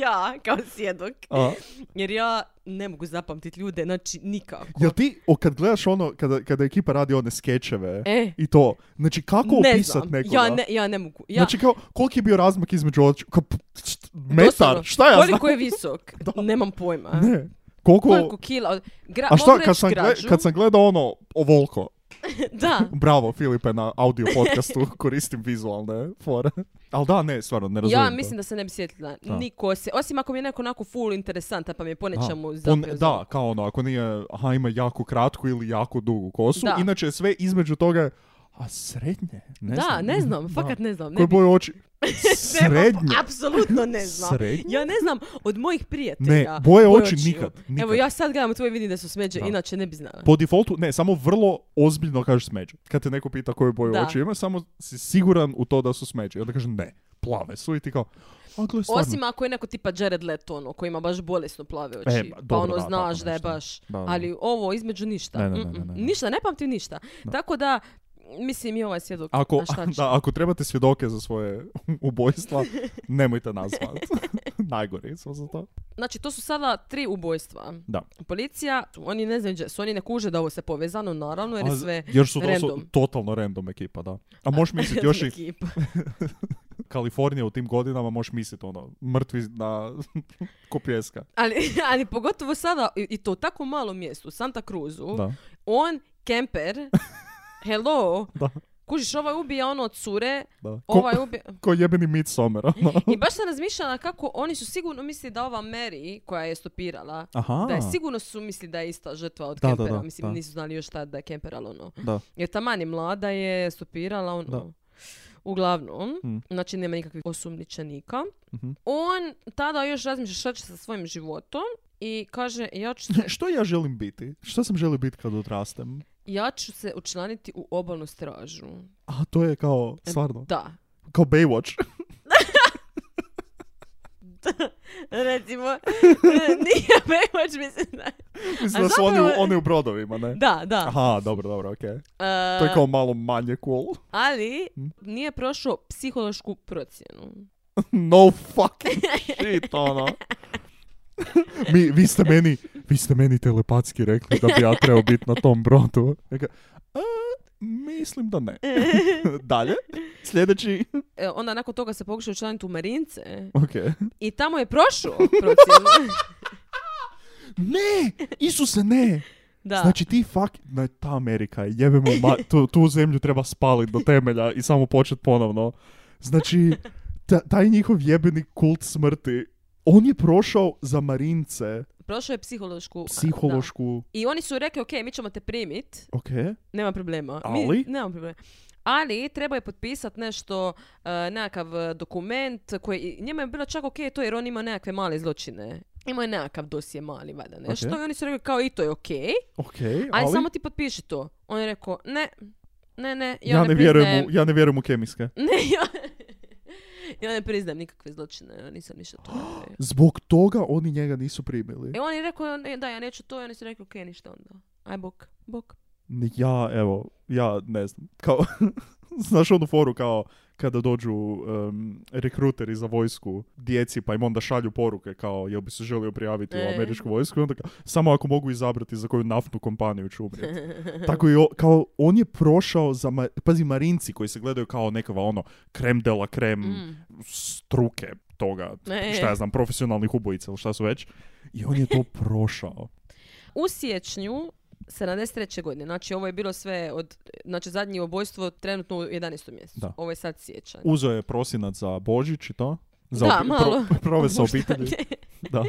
E: ja kao svjedok.
D: A,
E: Jer ja ne mogu zapamtiti ljude, znači nikako.
D: jel ti, o, kad gledaš ono, kada, kada ekipa radi one skečeve
E: E,
D: i to, znači kako
E: ne
D: opisat
E: znam.
D: nekoga?
E: Ja ne, ja ne mogu. Ja,
D: Znači kao, koliki je bio razmak između oči, kao, p- št- metar,
E: Doslovno.
D: šta ja znam?
E: koliko je visok?
D: Da.
E: Nemam pojma.
D: Ne, koliko...
E: Koliko kila? od- Gra,
D: A šta,
E: mogu
D: kad
E: reći
D: sam, gle,
E: građu.
D: kad sam gledao ono, ovolko,
E: da.
D: bravo Filipe na audio podcastu, koristim vizualne fore. Ali da, ne, stvarno, ne razumijem
E: Ja
D: to.
E: mislim da se ne bi sjetila.
D: Da.
E: Niko se, osim ako mi je neko onako full interesantan pa mi je po
D: Aha.
E: nečemu
D: Po
E: zapeo
D: ne-
E: za
D: da, kao ono, ako nije, aha, ima jako kratku ili jako dugu kosu,
E: Da.
D: inače sve između toga je, A srednje? Ne
E: da,
D: znam.
E: ne znam,
D: Da.
E: fakat ne znam.
D: Koje
E: Ne bi-
D: boje oči?
E: Nemam-
D: Srednje?
E: Apsolutno ne znam.
D: Srednje?
E: Ja ne znam od mojih
D: Ne,
E: prijatelja.
D: boje
E: koje
D: oči nikad. nikad.
E: Evo, ja sad gledam tvoje vidim da su smeđe,
D: Da.
E: inače ne bi znala.
D: Po defaultu, ne, samo vrlo ozbiljno kažeš smeđe. Kad te neko pita koju boju
E: Da.
D: oči ima, samo si siguran u to da su smeđe. I onda kažeš ne, plave su i ti kao, a gle, stvarno.
E: Osim ako je neko tipa Jared Leto, ono, koji ima baš bolesno plave oči.
D: E, ba-
E: pa
D: dobro,
E: ono,
D: da,
E: znaš
D: tako
E: da je
D: nešto.
E: baš.
D: Da, da.
E: Ali ovo, između ništa.
D: Ne, ne, ne, ne,
E: Mm-mm.
D: ne, ne.
E: Ništa, ne pamtim ništa. Tako da, mislim, i ovaj svjedok.
D: Ako,
E: na šta će.
D: da, ako trebate svjedoke za svoje ubojstva, nemojte nas zvati. Najgori smo za to.
E: Znači, to su sada tri ubojstva.
D: Da.
E: Policija, oni ne znaju, gdje su oni ne kuže da ovo se povezano, naravno, jer
D: A
E: je
D: z-
E: sve
D: Jer su to su
E: random.
D: totalno random ekipa, da. A možeš misliti, još i
E: ekipa.
D: Kalifornija u tim godinama, možeš misliti ono, mrtvi na kopjeska.
E: Ali, ali pogotovo sada, i, i to u tako malom mjestu, u Santa Cruzu,
D: Da.
E: on, kemper, hello,
D: Da.
E: kužiš, ovaj ubija ono od cure,
D: Da. Ko,
E: ovaj ubija...
D: ko jebeni Midsommar, ono.
E: I baš sam razmišljala kako oni su sigurno mislili da ova Mary koja je stopirala,
D: Aha.
E: da je sigurno su mislili da je ista žrtva od
D: Da, da,
E: Kempera.
D: da,
E: Mislim,
D: da.
E: nisu znali još šta da je Kemper, ali ono.
D: Da.
E: Jer taman je mlada je stopirala, ono.
D: Da.
E: Uglavnom,
D: Mm.
E: znači nema nikakvih osumničenika.
D: Mhm.
E: On tada još razmišlja šta će sa svojim životom i kaže ja ću, se,
D: E, Što ja želim biti? Što sam želio biti kad odrastem?
E: ja ću se učlaniti u obalnu stražu.
D: A to je kao, stvarno,
E: Da.
D: kao Baywatch.
E: Recimo, nije Baywatch, mislim da. A
D: Mislim da su oni, u-
E: zapravo-
D: oni u brodovima, ne?
E: Da, da.
D: Aha, dobro, dobro, okej. To je
E: E,
D: kao malo manje cool.
E: ali
D: Mm.
E: nije prošao psihološku procjenu.
D: No fucking shit, ono. Mi, vi, ste meni, vi ste meni telepatski rekli da bi ja trebao biti na tom brodu. Ja ga, "A, mislim da ne. Dalje, sljedeći.
E: E, onda nakon toga se pokušao učlaniti u Marince
D: Ok.
E: i tamo je prošao procjenu.
D: Ne, Isuse, ne.
E: Da.
D: Znači ti fuck, ne, ta Amerika je, jebemo, ma, tu, tu zemlju treba spalit do temelja i samo počet ponovno. Znači, ta- taj njihov jebeni kult smrti, on je prošao za marince
E: Prošao je psihološku... da.
D: psihološku,
E: I oni su rekli, ok, mi ćemo te primit,
D: ok,
E: nema problema.
D: Ali?
E: Mi, nema problema. Ali treba je potpisat nešto, e, nekakav e, dokument koji... i Njima je bilo čak ok to jer on ima nekakve male zločine. Imao je nekakav dosje mali, valjda nešto.
D: Ok.
E: I oni su rekli kao i to je okej.
D: ok,
E: Ali,
D: ali
E: samo ti potpiši to. On je rekao, ne, ne, ne, ja,
D: ja, ne vjerujem
E: priznajem-
D: u, ja ne vjerujem u kemijske.
E: Ne, ja... ja ne priznajem nikakve zločine, ja nisam ništa to napravio.
D: Zbog toga oni njega nisu primili.
E: E on je rekao, ne, da, ja neću to, i oni su rekli, ok, ništa onda. Aj, bok, bok.
D: Ni- Ja, evo, ja ne znam, kao, znaš onu foru kao kada dođu em, rekruteri za vojsku djeci pa im onda šalju poruke kao jel bi se želio prijaviti u
E: E.
D: američku vojsku i onda kao, samo ako mogu izabrati za koju naftnu kompaniju ću umrijeti. Tako i o- kao on je prošao za, ma- pazi marinci koji se gledaju kao nekava ono krem de la krem
E: Mm.
D: struke toga,
E: E.
D: šta ja znam, profesionalnih ubojica ili šta su već. I on je to prošao.
E: U siječnju 73. godine, znači ovo je bilo sve od, znači zadnje ubojstvo trenutno u 11. mjesecu.
D: Da.
E: Ovo je sad siječanj.
D: Uzeo je prosinac za Božić i to. Za
E: Da,
D: obi-
E: malo.
D: pro- proveo sa
E: Opuštanje.
D: obitelji. Da.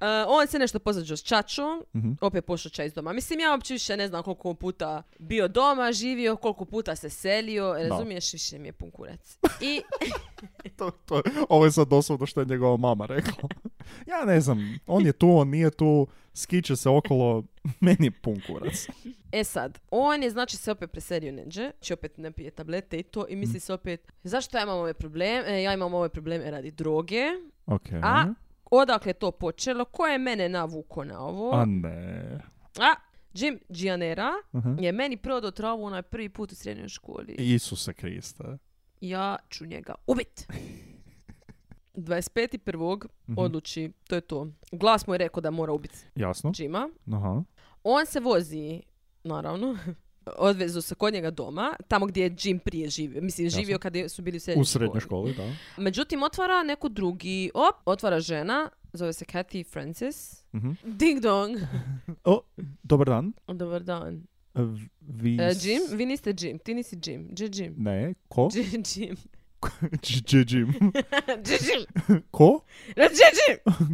E: E, on se nešto pozađao s čačom,
D: Mhm.
E: opet pošuća iz doma. Mislim, ja uopće više ne znam koliko puta bio doma, živio, koliko puta se selio, razumiješ, više mi je pun kurac. I
D: To, to, ovo je sad doslovno što je njegova mama rekla. Ja ne znam, on je tu, on nije tu, skiče se okolo, meni je pun kurac.
E: E sad, on je znači se opet preselio neđe, će opet ne pije tablete i to i
D: Mhm.
E: misli se opet, zašto ja imam ove probleme? E, ja imam ove probleme radi droge.
D: Ok.
E: A? Odakle je to počelo? Ko je mene navuko na ovo?
D: A ne.
E: A, Jim Gianera
D: Aha.
E: je meni prodao travu onaj prvi put u srednjoj školi.
D: Isuse Kriste.
E: Ja ću njega ubit. 25.1.
D: Mhm.
E: odluči, to je to. Glas mu je rekao da mora ubiti
D: Jasno.
E: Jima.
D: Aha.
E: On se vozi, naravno, odvezu se kod njega doma, tamo gdje je Jim prije živio. Mislim,
D: Jasno.
E: živio kada su bili u srednjoj
D: U srednjoj školi, da.
E: Međutim, otvara neko drugi, op, otvara žena, zove se Kathy Francis.
D: Mhm.
E: Ding dong!
D: O, dobar dan.
E: Dobar dan.
D: E, v- Vi...
E: E,
D: s-
E: Jim, vi niste Jim, ti nisi Jim. Gdje Jim?
D: Ne, ko?
E: Gdje Jim?
D: Dž- dž- Jim.
E: Gdje Jim?
D: Ko?
E: Gdje Jim?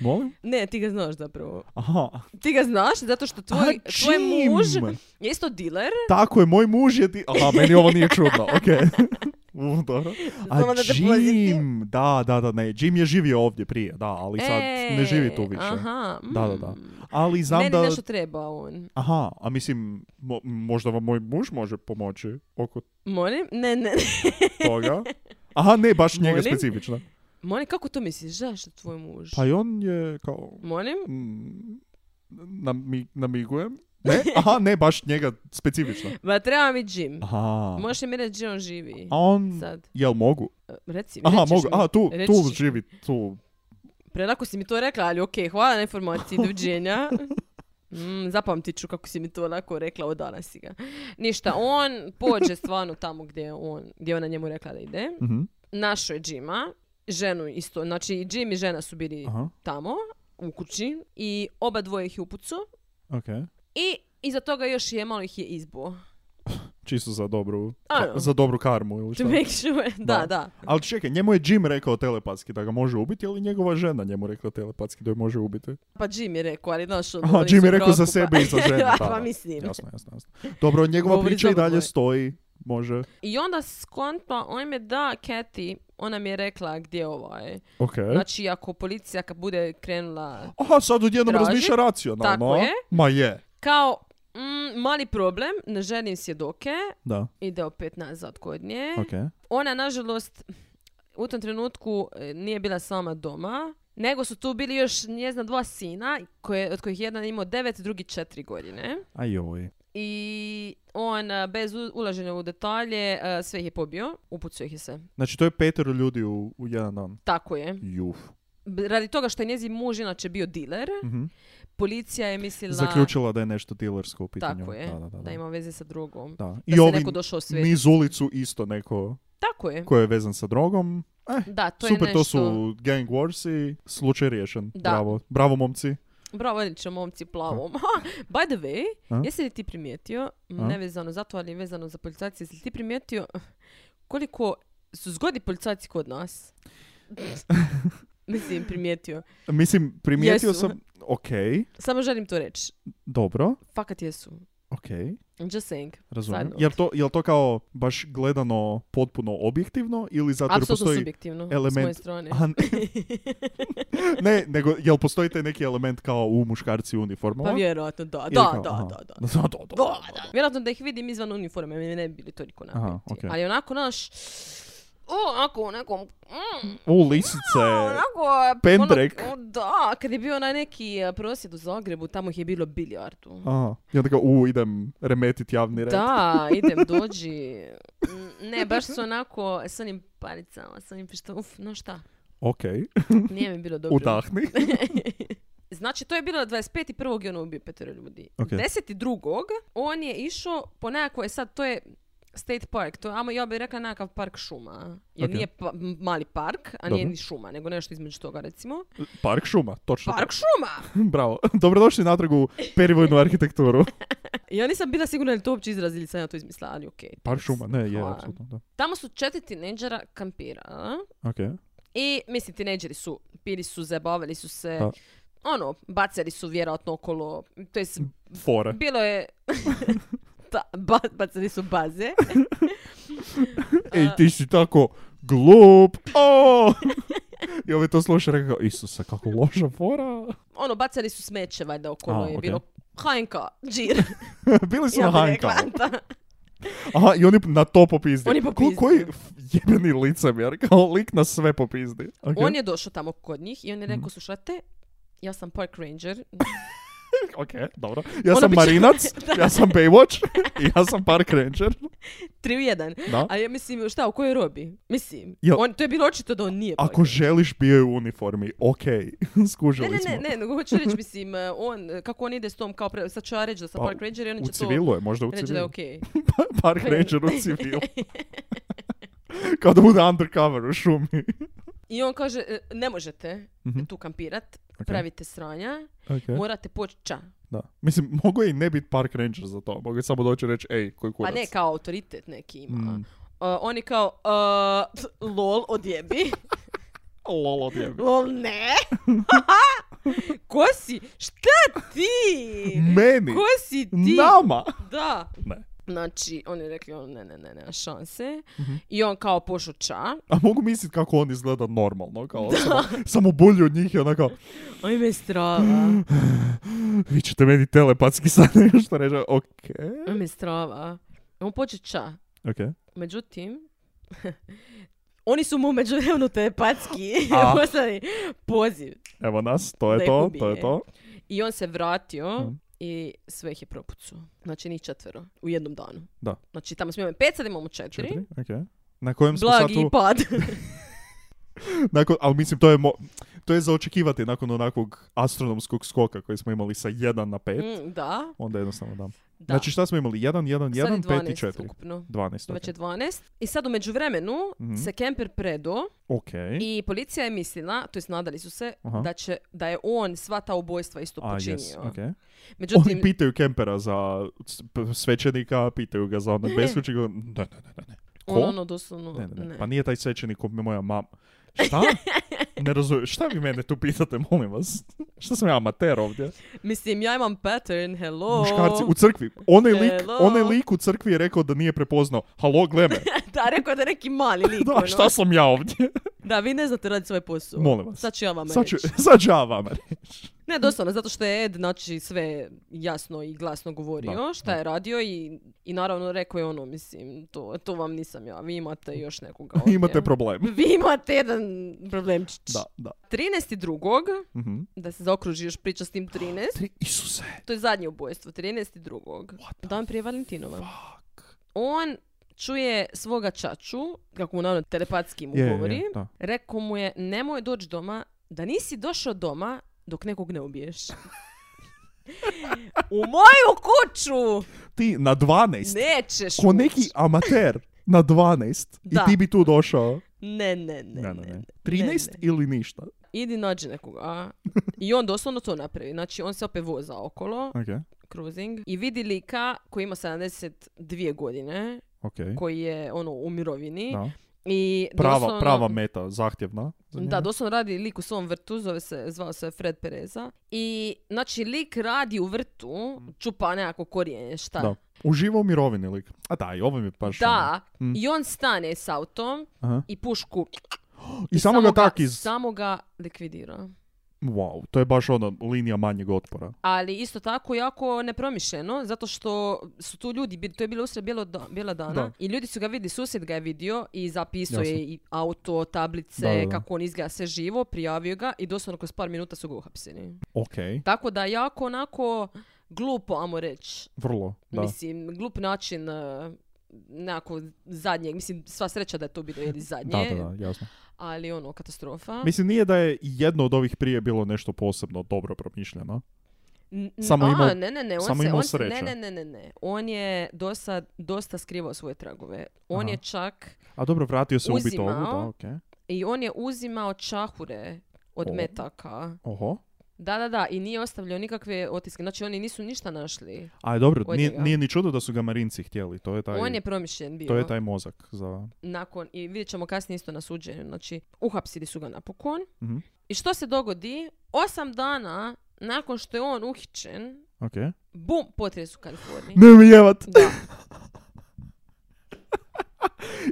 D: Molim?
E: Ne, ti ga znaš zapravo.
D: Aha.
E: Ti ga znaš zato što tvoj,
D: A,
E: tvoj
D: čim?
E: muž je isto diler.
D: Tako je, moj muž je ti... Aha, meni ovo nije čudno, okej. U, dobro. A
E: Samo da te
D: Jim, da, da, da, ne, Jim je živio ovdje prije, da, ali sad ne živi tu
E: E,
D: više.
E: Aha.
D: Da, da, da.
E: mm.
D: Ali znam
E: Meni
D: da...
E: nešto treba on.
D: Aha, a mislim, mo- možda vam moj muž može pomoći oko
E: Molim? Ne, ne.
D: toga. Aha, ne, baš njega
E: Molim?
D: specifično.
E: Molim, kako to misliš? Zašto tvoj muž?
D: Pa i on je kao...
E: Molim?
D: mm, nami- namigujem. Ne? Aha, ne, baš njega specifično.
E: Ba, treba mi Jim.
D: Aha.
E: Možeš mi reći gdje on živi?
D: A on...
E: Sad.
D: Jel mogu?
E: E, Reci mi,
D: Aha,
E: rećeš
D: mogu.
E: mi.
D: A, tu,
E: Reći
D: tu
E: ćeš.
D: živi, tu.
E: Prelako si mi to rekla, ali okej, hvala na informaciji, doviđenja. Mm, zapamtit ću kako si mi to onako rekla od danas ga. Ništa, on pođe stvarno tamo gdje je on, gdje je ona njemu rekla da ide.
D: Mhm.
E: Našao je Jima, ženu isto, znači i Jim i žena su bili
D: Aha,
E: tamo, u kući, i oba dvoje ih je u pucu.
D: okej.
E: I iza toga još je malo ih je izbo.
D: Čisto za dobru,
E: Ano.
D: za dobru karmu ili
E: To
D: šta.
E: make sure, da,
D: Da.
E: da.
D: Ali čekaj, njemu je Jim rekao telepatski da ga može ubiti, ali njegova žena njemu rekla telepatski da je može ubiti.
E: Pa Jim je rekao, ali znaš, ono,
D: Aha,
E: oni
D: Jim
E: su
D: je rekao za
E: braku,
D: sebe i za ženu. da,
E: pa, pa
D: da.
E: mislim.
D: Jasno, jasno, jasno. Dobro, njegova
E: Govori
D: priča i
E: za
D: dalje
E: oboje.
D: stoji. Može.
E: I onda skonta, on mi je da, Kathy, ona mi je rekla gdje ovaj.
D: Ok.
E: Znači, ako policija kad bude krenula
D: Aha, sad odjednom
E: Traži.
D: razmišlja racionalno.
E: Tako
D: a?
E: je.
D: Ma je.
E: kao, mm, mali problem, ne želim svjedoke,
D: Da,
E: ide opet nazad kod nje.
D: ok.
E: Ona, nažalost, u tom trenutku e, nije bila sama doma, nego su tu bili još njezna dva sina, koje, od kojih jedan je imao devet, drugi četiri godine.
D: Ajoj.
E: I on, e, bez u- ulaženja u detalje, e, sve ih je pobio, upucao ih je se.
D: Znači, to je petero ljudi u, u jedan dan.
E: Tako je.
D: Juf.
E: B- Radi toga što je njezin muž inače bio diler,
D: Mhm.
E: policija je mislila
D: Zaključila da je nešto dealersko u pitanju.
E: tako je,
D: Da, da, da. da.
E: ima veze sa drugom.
D: Da.
E: Da
D: I
E: se
D: ovi
E: neko došao sve.
D: niz ulicu isto neko
E: Tako je.
D: ko je vezan sa drogom. Eh,
E: Da, to
D: super,
E: je
D: to
E: nešto...
D: su gang wars i slučaj riješen.
E: Da.
D: Bravo. Bravo, momci.
E: Bravo, odlično, momci plavom. By the way,
D: A?
E: jesi li ti primijetio, m,
D: A?
E: nevezano za to, ali vezano za policajce, jesi li ti primijetio koliko su zgodni policajci kod nas? Mislim, primijetio.
D: Mislim, primijetio
E: Jesu.
D: sam... Ok,
E: Samo želim to reći.
D: dobro,
E: Fakat jesu.
D: ok,
E: Just saying.
D: razumijem.
E: Sad
D: Jel to, jel to kao baš gledano potpuno objektivno ili zato jer
E: Apsolutno
D: postoji...
E: subjektivno, s moje
D: element-
E: strane.
D: A, ne- ne, nego jel postoji taj neki element kao u muškarci u uniformama?
E: Pa vjerojatno, da,
D: Ili
E: da,
D: kao,
E: da,
D: aha.
E: da, da.
D: Da, da, da.
E: Vjerojatno da ih vidim izvan uniforme, mi ne bi bili toliko
D: Aha,
E: napraviti.
D: okej.
E: Ali onako, naš... O, onako, u nekom... mm,
D: U, lisice.
E: onako... e,
D: pendrek.
E: ono- o, da, kad je bio onaj neki e, prosvjed u Zagrebu, tamo ih je bilo biljardu.
D: Aha. I onda kao, u, idem remetit javni red.
E: Da, idem, dođi. Mm, Ne, baš su onako s onim paricama, s onim pištolom. Uf, no šta,
D: Ok,
E: nije mi bilo dobro.
D: udahni.
E: Znači, to je bilo 25.1. je on ono ubio petero ljudi.
D: Ok.
E: 10.2. on je išao po nekakvoj, e sad to je State Park, to je, amo ja bih rekla nekakav park šuma. Jer
D: Ok.
E: nije pa- m- mali park, a nije
D: Dobro.
E: ni šuma, nego nešto između toga, recimo.
D: Park šuma, točno.
E: Park šuma!
D: Bravo. Dobrodošli natrag u perivojnu arhitekturu.
E: Ja nisam bila sigurna je li to uopće izraz ili sam ja to izmislila, ali okej.
D: Park šuma, ne, je,
E: Hvala.
D: apsolutno, da.
E: Tamo su četiri tineđera kampirala.
D: Ok.
E: I, mislim, tineđeri su, pili su, zabavili su se.
D: Da.
E: Ono, bacari su vjerojatno okolo, to jest
D: Fore.
E: Bilo je... da, ba, bacili su baze.
D: Ej, ti si tako glup. O! I ovaj to sluša i rekao, Isusa, kako loša fora.
E: Ono, bacali su smeće valjda okolo.
D: A,
E: je
D: okej.
E: bilo HNK, džir.
D: Bili su
E: ja
D: na
E: bih
D: Hanka.
E: rekla, da.
D: Aha, i oni na to popizdi.
E: Oni
D: Ko-
E: popizdi.
D: koji f- jebeni licemjer, kao lik na sve popizdi. Ok. Mm.
E: On je došao tamo kod njih i on je rekao, slušajte, ja sam park ranger.
D: Ok, dobro. Ja
E: Ono
D: sam
E: bi-
D: Marinac,
E: Da.
D: ja sam Baywatch i ja sam Park
E: 3
D: Ranger.
E: u 1.
D: Da.
E: A ja mislim, šta, u kojoj robi? Mislim,
D: Jel-
E: on, to je bilo očito da on nije park
D: Ako želiš, bio je u uniformi. Ok, skužili
E: Ne, ne,
D: smo.
E: ne, ne, nego hoću reći, mislim, eh, on, eh, kako on ide s tom, kao, pre, sad ću ja reći da sam
D: Pa,
E: park ranger i oni
D: U
E: će to
D: civilu je, možda u
E: reći da je
D: civilu.
E: okej.
D: Park Ranger u civilu. Kao da bude undercover u šumi.
E: I on kaže, eh, ne možete
D: Mhm.
E: tu kampirat,
D: Ok.
E: pravite sranja, morate poći ča.
D: Da. Mislim, mogu je i ne biti Park Ranger za to. Mogu je samo doći i reći, ej, koji
E: Pa
D: kurac.
E: ne, kao autoritet neki ima.
D: Mm.
E: Uh, oni kao, uh, lol, odjebi.
D: Lolo djebe.
E: lol, ne. Ko si? Šta ti?
D: Meni!
E: Ko si ti?
D: Nama!
E: Da.
D: Ne.
E: Znači, on je rekao, ne, ne, ne, nema šanse.
D: Mhm.
E: I on kao pošuća.
D: A mogu misliti kako on izgleda normalno, kao samo, samo bolji od njih i onako,
E: On me strava.
D: vi ćete meni telepatski sad nešto reći, okej.
E: On me strava. On poče ča.
D: Okej.
E: Međutim, oni su mu međuvremenu telepatski
D: A.
E: poslali poziv.
D: Evo nas, to je
E: Da ih
D: to,
E: ubije.
D: to je to.
E: I on se vratio
D: Mhm.
E: i sve ih je propucao. Znači, ni četvero u jednom danu.
D: Da.
E: Znači, tamo smo imali pet, sad imamo četiri.
D: Četiri, okej. Na kojem smo sad
E: Blagi pa-
D: tu,
E: pad.
D: nakon, ali mislim to je, mo, to je za očekivati nakon onakvog astronomskog skoka koji smo imali sa 1 na 5,
E: Mm, da,
D: onda jednostavno dam.
E: da.
D: Znači šta smo imali? 1, 1,
E: Sad je
D: 1, 5 i
E: 12
D: 4.
E: ukupno. Znači,
D: 12,
E: Već
D: okej.
E: je 12. I sad u međuvremenu
D: Mhm.
E: se kemper predo
D: Okej.
E: i policija je mislila, to jest nadali su se,
D: Aha.
E: da, će, da je on sva ta ubojstva isto
D: A,
E: počinio.
D: yes, okej. Oni
E: Međutim,
D: pitaju kempera za s- p- svećenika, pitaju ga za onog beskućnika. Ne, ne, ne, ne, ne. Ko?
E: on ono doslovno...
D: ne, ne, ne.
E: ne.
D: Pa nije taj svećenik ko mi je moja mama. Šta? ne razumijem. Šta vi mene tu pitate, molim vas? Šta sam ja amater ovdje?
E: Mislim, ja imam pattern, hello.
D: Muškarci u crkvi. Onaj lik,
E: Hello.
D: onaj lik u crkvi je rekao da nije prepoznao. Halo, gle me.
E: da, rekao da je neki mali lik.
D: Da,
E: ono.
D: šta sam ja ovdje?
E: Da, vi ne znate raditi svoj posao.
D: Molim vas.
E: Sad ću ja vama
D: Sad ću,
E: reći.
D: sad ću ja vama reći.
E: Ne, doslovno, zato što je Ed, znači, sve jasno i glasno govorio
D: Da,
E: šta je radio i, i naravno rekao je ono, mislim, to, to vam nisam ja, vi imate još nekoga
D: Hm. Vi
E: ovdje.
D: Imate problem.
E: Vi imate jedan problemčić.
D: Da, da.
E: 13.2.
D: Mhm.
E: Da se zaokruži još priča s tim 13.
D: Tri, Isuse.
E: To je zadnje ubojstvo, 13.2. Dan prije Valentinova. On čuje svoga čaču, kako mu naravno telepatski mu
D: Je, je,
E: govori,
D: da.
E: rekao mu je nemoj doći doma, da nisi došao doma dok nekog ne ubiješ. U moju kuću
D: Ti na 12.
E: nećeš
D: Ko
E: ući.
D: neki amater na 12
E: Da.
D: i ti bi tu došao.
E: Ne, ne, ne, ne, ne.
D: 13
E: Ne, ne.
D: ili ništa.
E: Idi nađi nekoga. a? I on doslovno to napravi. Znači, on se opet voza okolo,
D: Ok,
E: cruising, i vidi lika koji ima 72 godine,
D: ok.
E: koji je ono u mirovini.
D: Da.
E: I
D: Prava,
E: doslovno-
D: prava meta, zahtjevna. za
E: Da,
D: njega.
E: doslovno radi lik u svom vrtu, zove se, zvao se Fred Pereza. I, znači, lik radi u vrtu, čupa nekako korijenje, šta?
D: Mm. da. Uživa u mirovini lik. A da, i ovo mi je baš... ono.
E: Da,
D: Mm.
E: i on stane s autom
D: Aha.
E: i pušku.
D: ono- I, samo ga tak iz...
E: Samo ga likvidira.
D: Wow, to je baš ono, linija manjeg otpora.
E: Ali isto tako jako nepromišljeno, zato što su tu ljudi, bili- to je bilo usred bijelo da- bijela dana,
D: Da.
E: i ljudi su ga vidjeli, susjed ga je vidio i zapisao
D: Jasno.
E: je i auto, tablice,
D: Da, da, da.
E: kako on izgleda sve živo, prijavio ga i doslovno kroz par minuta su ga uhapsili.
D: Ok,
E: Tako da jako onako glupo, amo reći.
D: vrlo. Da.
E: Mislim, glup način eh, nekako zadnjeg, mislim, sva sreća da je to bilo jedi zadnje,
D: Da, da, da, jasno.
E: ali ono, katastrofa.
D: Mislim, nije da je jedno od ovih prije bilo nešto posebno dobro promišljeno.
E: N- n-
D: Samo
E: a,
D: imao-
E: ne, ne, ne, on
D: samo
E: se,
D: imao
E: on se-
D: sreće.
E: Ne, ne, ne, ne, ne. On je do sad dosta skrivao svoje tragove. On
D: Aha.
E: je čak,
D: A dobro, vratio se ubiti ovu,
E: Uzimao.
D: da, ok.
E: i on je uzimao čahure od
D: O.
E: metaka.
D: Oho.
E: Da, da, da, i nije ostavljao nikakve otiske. Znači, oni nisu ništa našli.
D: A dobro,
E: Od
D: nije,
E: njega.
D: nije ni čudo da su ga marinci htjeli. To je taj,
E: On je promišljen bio.
D: to je taj mozak za...
E: Nakon, i vidjet ćemo kasnije isto na suđenju. Znači, uhapsili su ga napokon.
D: Mhm.
E: I što se dogodi? Osam dana nakon što je on uhićen,
D: Ok.
E: bum, potres u Kaliforniji.
D: Ne mi jevat!
E: Da.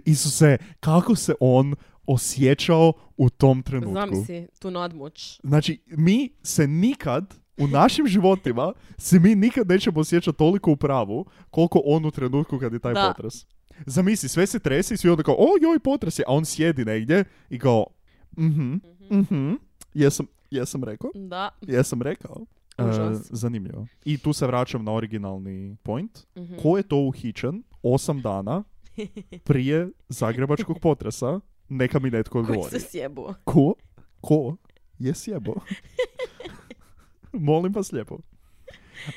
D: Isuse, kako se on osjećao u tom trenutku?
E: Zamisli tu nadmoć.
D: Znači, mi se nikad u našim životima se mi nikad nećemo osjećati toliko u pravu koliko on u trenutku kad je taj
E: Da.
D: potres. Zamisli, sve se trese i svi onda kao, o joj, potres je, a on sjedi negdje i kao, mhm, mhm, jesam, jesam rekao,
E: Da.
D: jesam rekao. E,
E: Užas.
D: zanimljivo. I tu se vraćam na originalni point.
E: Mhm.
D: Ko je to uhićen osam dana prije zagrebačkog potresa? Neka mi netko odgovori.
E: Koji se sjebu.
D: Ko? Ko? Je sjebo. Molim vas lijepo.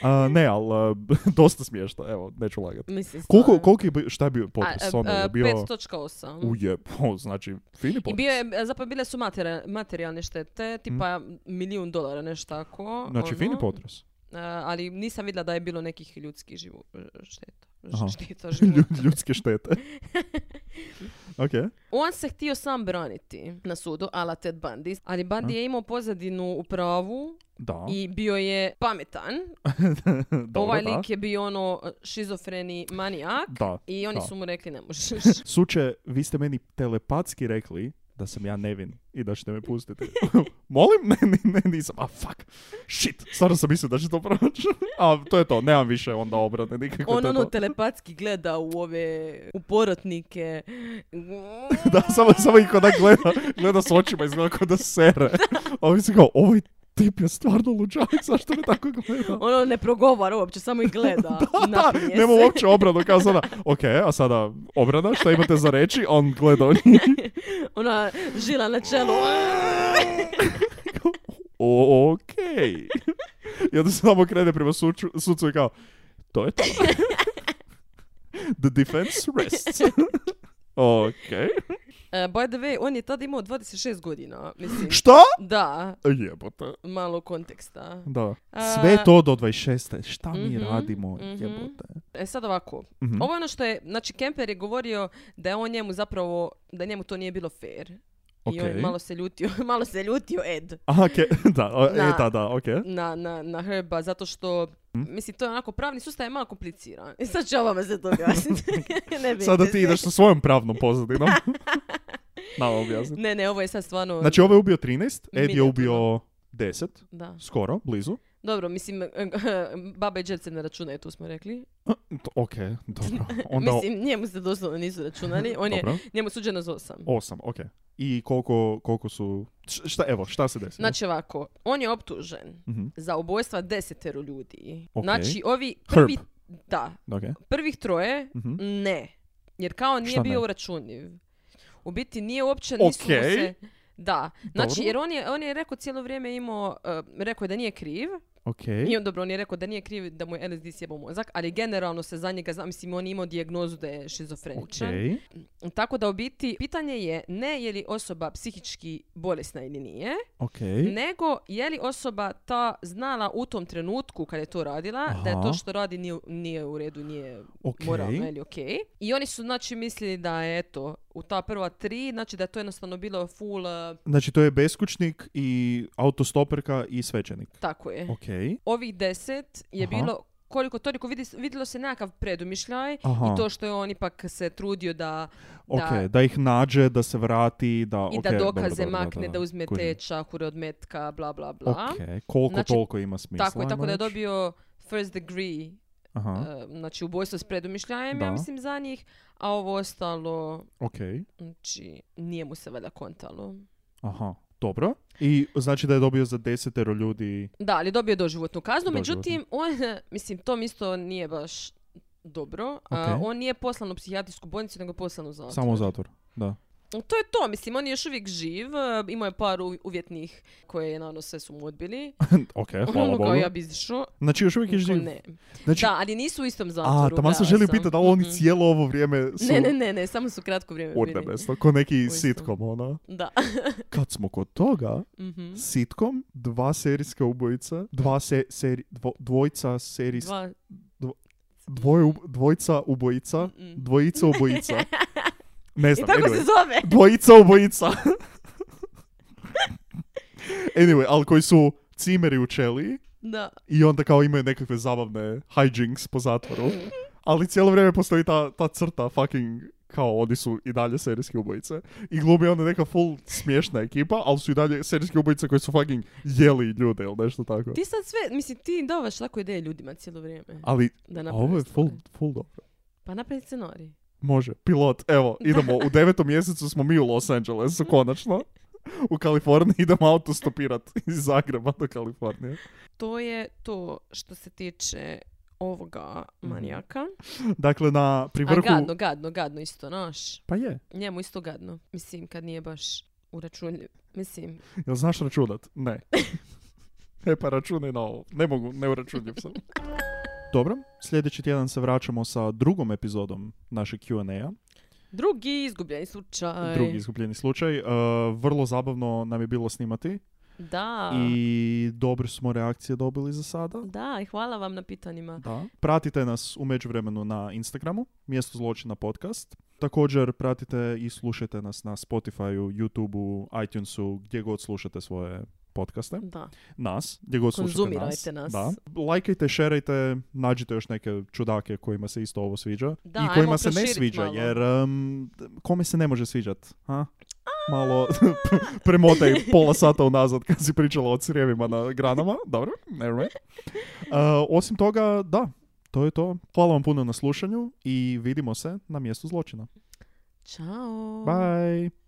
D: A, ne, ali dosta smiješno, evo, neću lagati.
E: Mislim,
D: Koliko,
E: stvarno.
D: koliko je bio, šta je bio potres?
E: A, e,
D: ono, je
E: e,
D: bio...
E: 5.8.
D: Ujeb, o, znači, fini
E: I
D: potres.
E: bio je, e, zapravo bile su materi- materijalne štete, tipa milijun dolara, nešto tako.
D: Mhm. Znači,
E: ono.
D: fini potres.
E: Eh, ali nisam vidjela da je bilo nekih ljudskih živu, šteta.
D: Aha.
E: Šteta života.
D: Ljud- Ljudske štete. ok.
E: On se htio sam braniti na sudu, ala Ted Bundy, ali Bundy je imao pozadinu u pravu
D: Da.
E: i bio je pametan.
D: Dobro,
E: ovaj
D: da.
E: lik je bio ono šizofreni manijak
D: Da.
E: i oni
D: Da.
E: su mu rekli ne možeš.
D: Suče, vi ste meni telepatski rekli da sam ja nevin i da ćete me pustiti. Molim? Ne, ne, ne, nisam. A, fuck. Shit. Stvarno sam mislio da će to proći. A, to je to. Nemam više onda obrane nikakve. to
E: On
D: je
E: ono
D: to.
E: telepatski gleda u ove, u porotnike.
D: Da, samo, samo ih onak gleda, gleda s očima, izgleda kao da sere. A on se kao, ovaj tip je stvarno luđak, zašto me tako gleda?
E: Ono ne progovara uopće, samo ih gleda.
D: Da,
E: napinje
D: nema
E: se.
D: uopće obranu, kao sada, ok, a sada obrana, šta imate za reći? A On gleda od njih.
E: Ona žila na čelu.
D: O- ok. I onda se samo krene prema suču, sucu i kao, to je to. The defense rests. ok.
E: E, by the way, on je tada imao 26 godina. Mislim,
D: Šta?
E: da,
D: Jebote.
E: malo konteksta.
D: Da.
E: A-
D: Sve to do 26. Šta mi
E: Mhm,
D: radimo?
E: mhm.
D: Jebote.
E: E sad ovako,
D: Mhm.
E: ovo je ono što je, znači Kemper je govorio da je on njemu zapravo, da njemu to nije bilo fair. I on je
D: Okej.
E: malo se ljutio, malo se ljutio Ed
D: Aha, ke- da, o, e,
E: Na-
D: da, da, ok.
E: na, na, na Herba zato što,
D: Mhm.
E: mislim, to je onako, pravni sustav je malo kompliciran. I sad ću ja vama se to objasniti. ne brinite
D: Sada ti
E: se.
D: ideš sa svojom pravnom pozadinom. Malo objasni.
E: Ne, ne, ovo je sad stvarno...
D: Znači, ovo je ubio 13, Ed je
E: Minijaturno.
D: ubio 10,
E: Da.
D: skoro, blizu.
E: Dobro, mislim, baba i džed se ne računaju, tu smo rekli.
D: A, to- Ok, dobro. Onda,
E: Mislim, njemu se doslovno nisu računali. On je,
D: dobro.
E: njemu je suđeno za osam.
D: Osam, ok. I koliko, koliko su... š- Šta, evo, šta se desilo?
E: Znači ovako, on je optužen
D: Mhm,
E: za ubojstva deseteru ljudi.
D: Ok.
E: Znači, ovi
D: Herb.
E: prvi... Da,
D: ok.
E: prvih troje
D: Mhm.
E: ne. Jer kao nije
D: Šta ne?
E: bio uračunljiv. U biti nije uopće nisu mu
D: Okej.
E: se... Da, znači
D: Dobro.
E: jer on je, on je rekao cijelo vrijeme imao, eh, rekao je da nije kriv,
D: Ok.
E: i on dobro, on je rekao da nije kriv da mu je LSD sjebao mozak, ali generalno se za njega, zna- mislim, on je imao dijagnozu da je šizofreničan.
D: Ok.
E: Tako da u biti, pitanje je ne je li osoba psihički bolesna ili nije,
D: Ok.
E: nego je li osoba ta znala u tom trenutku kad je to radila da je
D: Aha.
E: to što radi nije, nije u redu, nije
D: Ok.
E: moralno ili ok. I oni su znači mislili da je eto u ta prva tri, znači da je to jednostavno bilo full eh,
D: Znači, to je beskućnik i autostoperka i svećenik.
E: tako je.
D: Ok.
E: Ovih deset je
D: Aha.
E: bilo koliko toliko vidi, vidjelo se nekakav predumišljaj
D: Aha.
E: i to što je on ipak se trudio da
D: Ok,
E: da-
D: da, ih nađe, da se vrati, da...
E: i
D: Pa ok,
E: da
D: dobro,
E: dokaze
D: dobro,
E: makne, da, uzme
D: Kužim.
E: te čahure od metka, bla bla bla.
D: Ok, koliko
E: Znači,
D: toliko ima smisla.
E: Tako je, tako
D: ajmo
E: da je
D: reći.
E: dobio first degree,
D: Aha,
E: e, znači ubojstvo s predumišljajem,
D: Da.
E: ja mislim za njih, a ovo ostalo,
D: ok,
E: znači nije mu se valjda kontalo.
D: aha, dobro. I znači da je dobio za desetero ljudi...
E: Da, ali dobio je doživotnu kaznu,
D: Doživotnu.
E: međutim, on, mislim, tom isto nije baš dobro. A,
D: Ok.
E: on nije poslan u psihijatrijsku bolnicu, nego je poslan u zatvor.
D: Samo u zatvor, da.
E: To je to, mislim, on je još uvijek živ, e, imao je par uv- uvjetnih koje, naravno, sve su mu odbili.
D: ok,
E: ono
D: E, hvala
E: kao
D: Bogu.
E: ja bi izišao,
D: Znači još uvijek je
E: niko
D: živ.
E: ne.
D: Znači,
E: Da, ali nisu u istom
D: a,
E: zatvoru.
D: tamo sam
E: gledala
D: želio
E: sam.
D: pitati da li oni
E: Mhm.
D: cijelo ovo vrijeme su...
E: Ne, ne, ne, ne, samo su kratko vrijeme bili.
D: Urnemesto, ko neki
E: Uistinu.
D: sitcom, ono.
E: Da.
D: Kad smo kod toga,
E: Mhm.
D: sitcom, dva serijska ubojica, dva se, seri, dvo- dvojca serijska,
E: Dva-
D: dvoje, ub- dvojca ubojica,
E: Mm.
D: dvojica ubojica. Ne
E: I
D: znam,
E: tako
D: anyway.
E: se zove.
D: Dvojica ubojica. anyway, ali koji su cimeri u čeliji
E: Da.
D: i onda kao imaju nekakve zabavne hijinks po zatvoru. Ali cijelo vrijeme postoji ta, ta crta fucking kao oni su i dalje serijski ubojice. I glumi onda neka full smiješna ekipa, ali su i dalje serijski ubojice koji su fucking jeli ljude ili nešto tako.
E: Ti sad sve, mislim, ti davaš tako ideje ljudima cijelo vrijeme.
D: Ali
E: Da
D: a
E: naprave
D: ovo je
E: stvari.
D: full, full dobro.
E: Pa napravi scenarij.
D: Može, pilot, evo, idemo, u devetom mjesecu smo mi u Los Angelesu, konačno. U Kaliforniji idemo autostopirat iz Zagreba do Kalifornije.
E: To je to što se tiče ovoga manijaka.
D: Dakle, na pri Mhm. vrhu...
E: A gadno, gadno, gadno isto, naš.
D: Pa je.
E: Njemu isto gadno. Mislim, kad nije baš uračunljiv. Mislim,
D: Jel znaš računat? Ne. e pa računaj na ovo. Ne mogu, ne uračunljiv sam. Dobro, sljedeći tjedan se vraćamo sa drugom epizodom našeg Q&A-a.
E: drugi izgubljeni slučaj.
D: Drugi izgubljeni slučaj. E, vrlo zabavno nam je bilo snimati.
E: Da.
D: I dobre smo reakcije dobili za sada.
E: Da, i hvala vam na pitanjima.
D: Da. Pratite nas u međuvremenu na Instagramu, mjesto zločina podcast. Također pratite i slušajte nas na Spotifyu, YouTubeu, iTunesu, gdje god slušate svoje podcaste.
E: Da.
D: Nas, gdje god slušate nas.
E: Konzumirajte nas.
D: Da. Lajkajte, šerajte, nađite još neke čudake kojima se isto ovo sviđa.
E: Da,
D: I
E: ajmo
D: kojima se ne
E: proširit
D: sviđa,
E: malo.
D: jer em, kome se ne može sviđat? Ha? Malo premotaj pola sata unazad kad si pričala o crijevima na granama. Dobro, nevermind. Uh, osim toga, da, to je to. Hvala vam puno na slušanju i vidimo se na mjestu zločina.
E: Ćao.
D: Bye!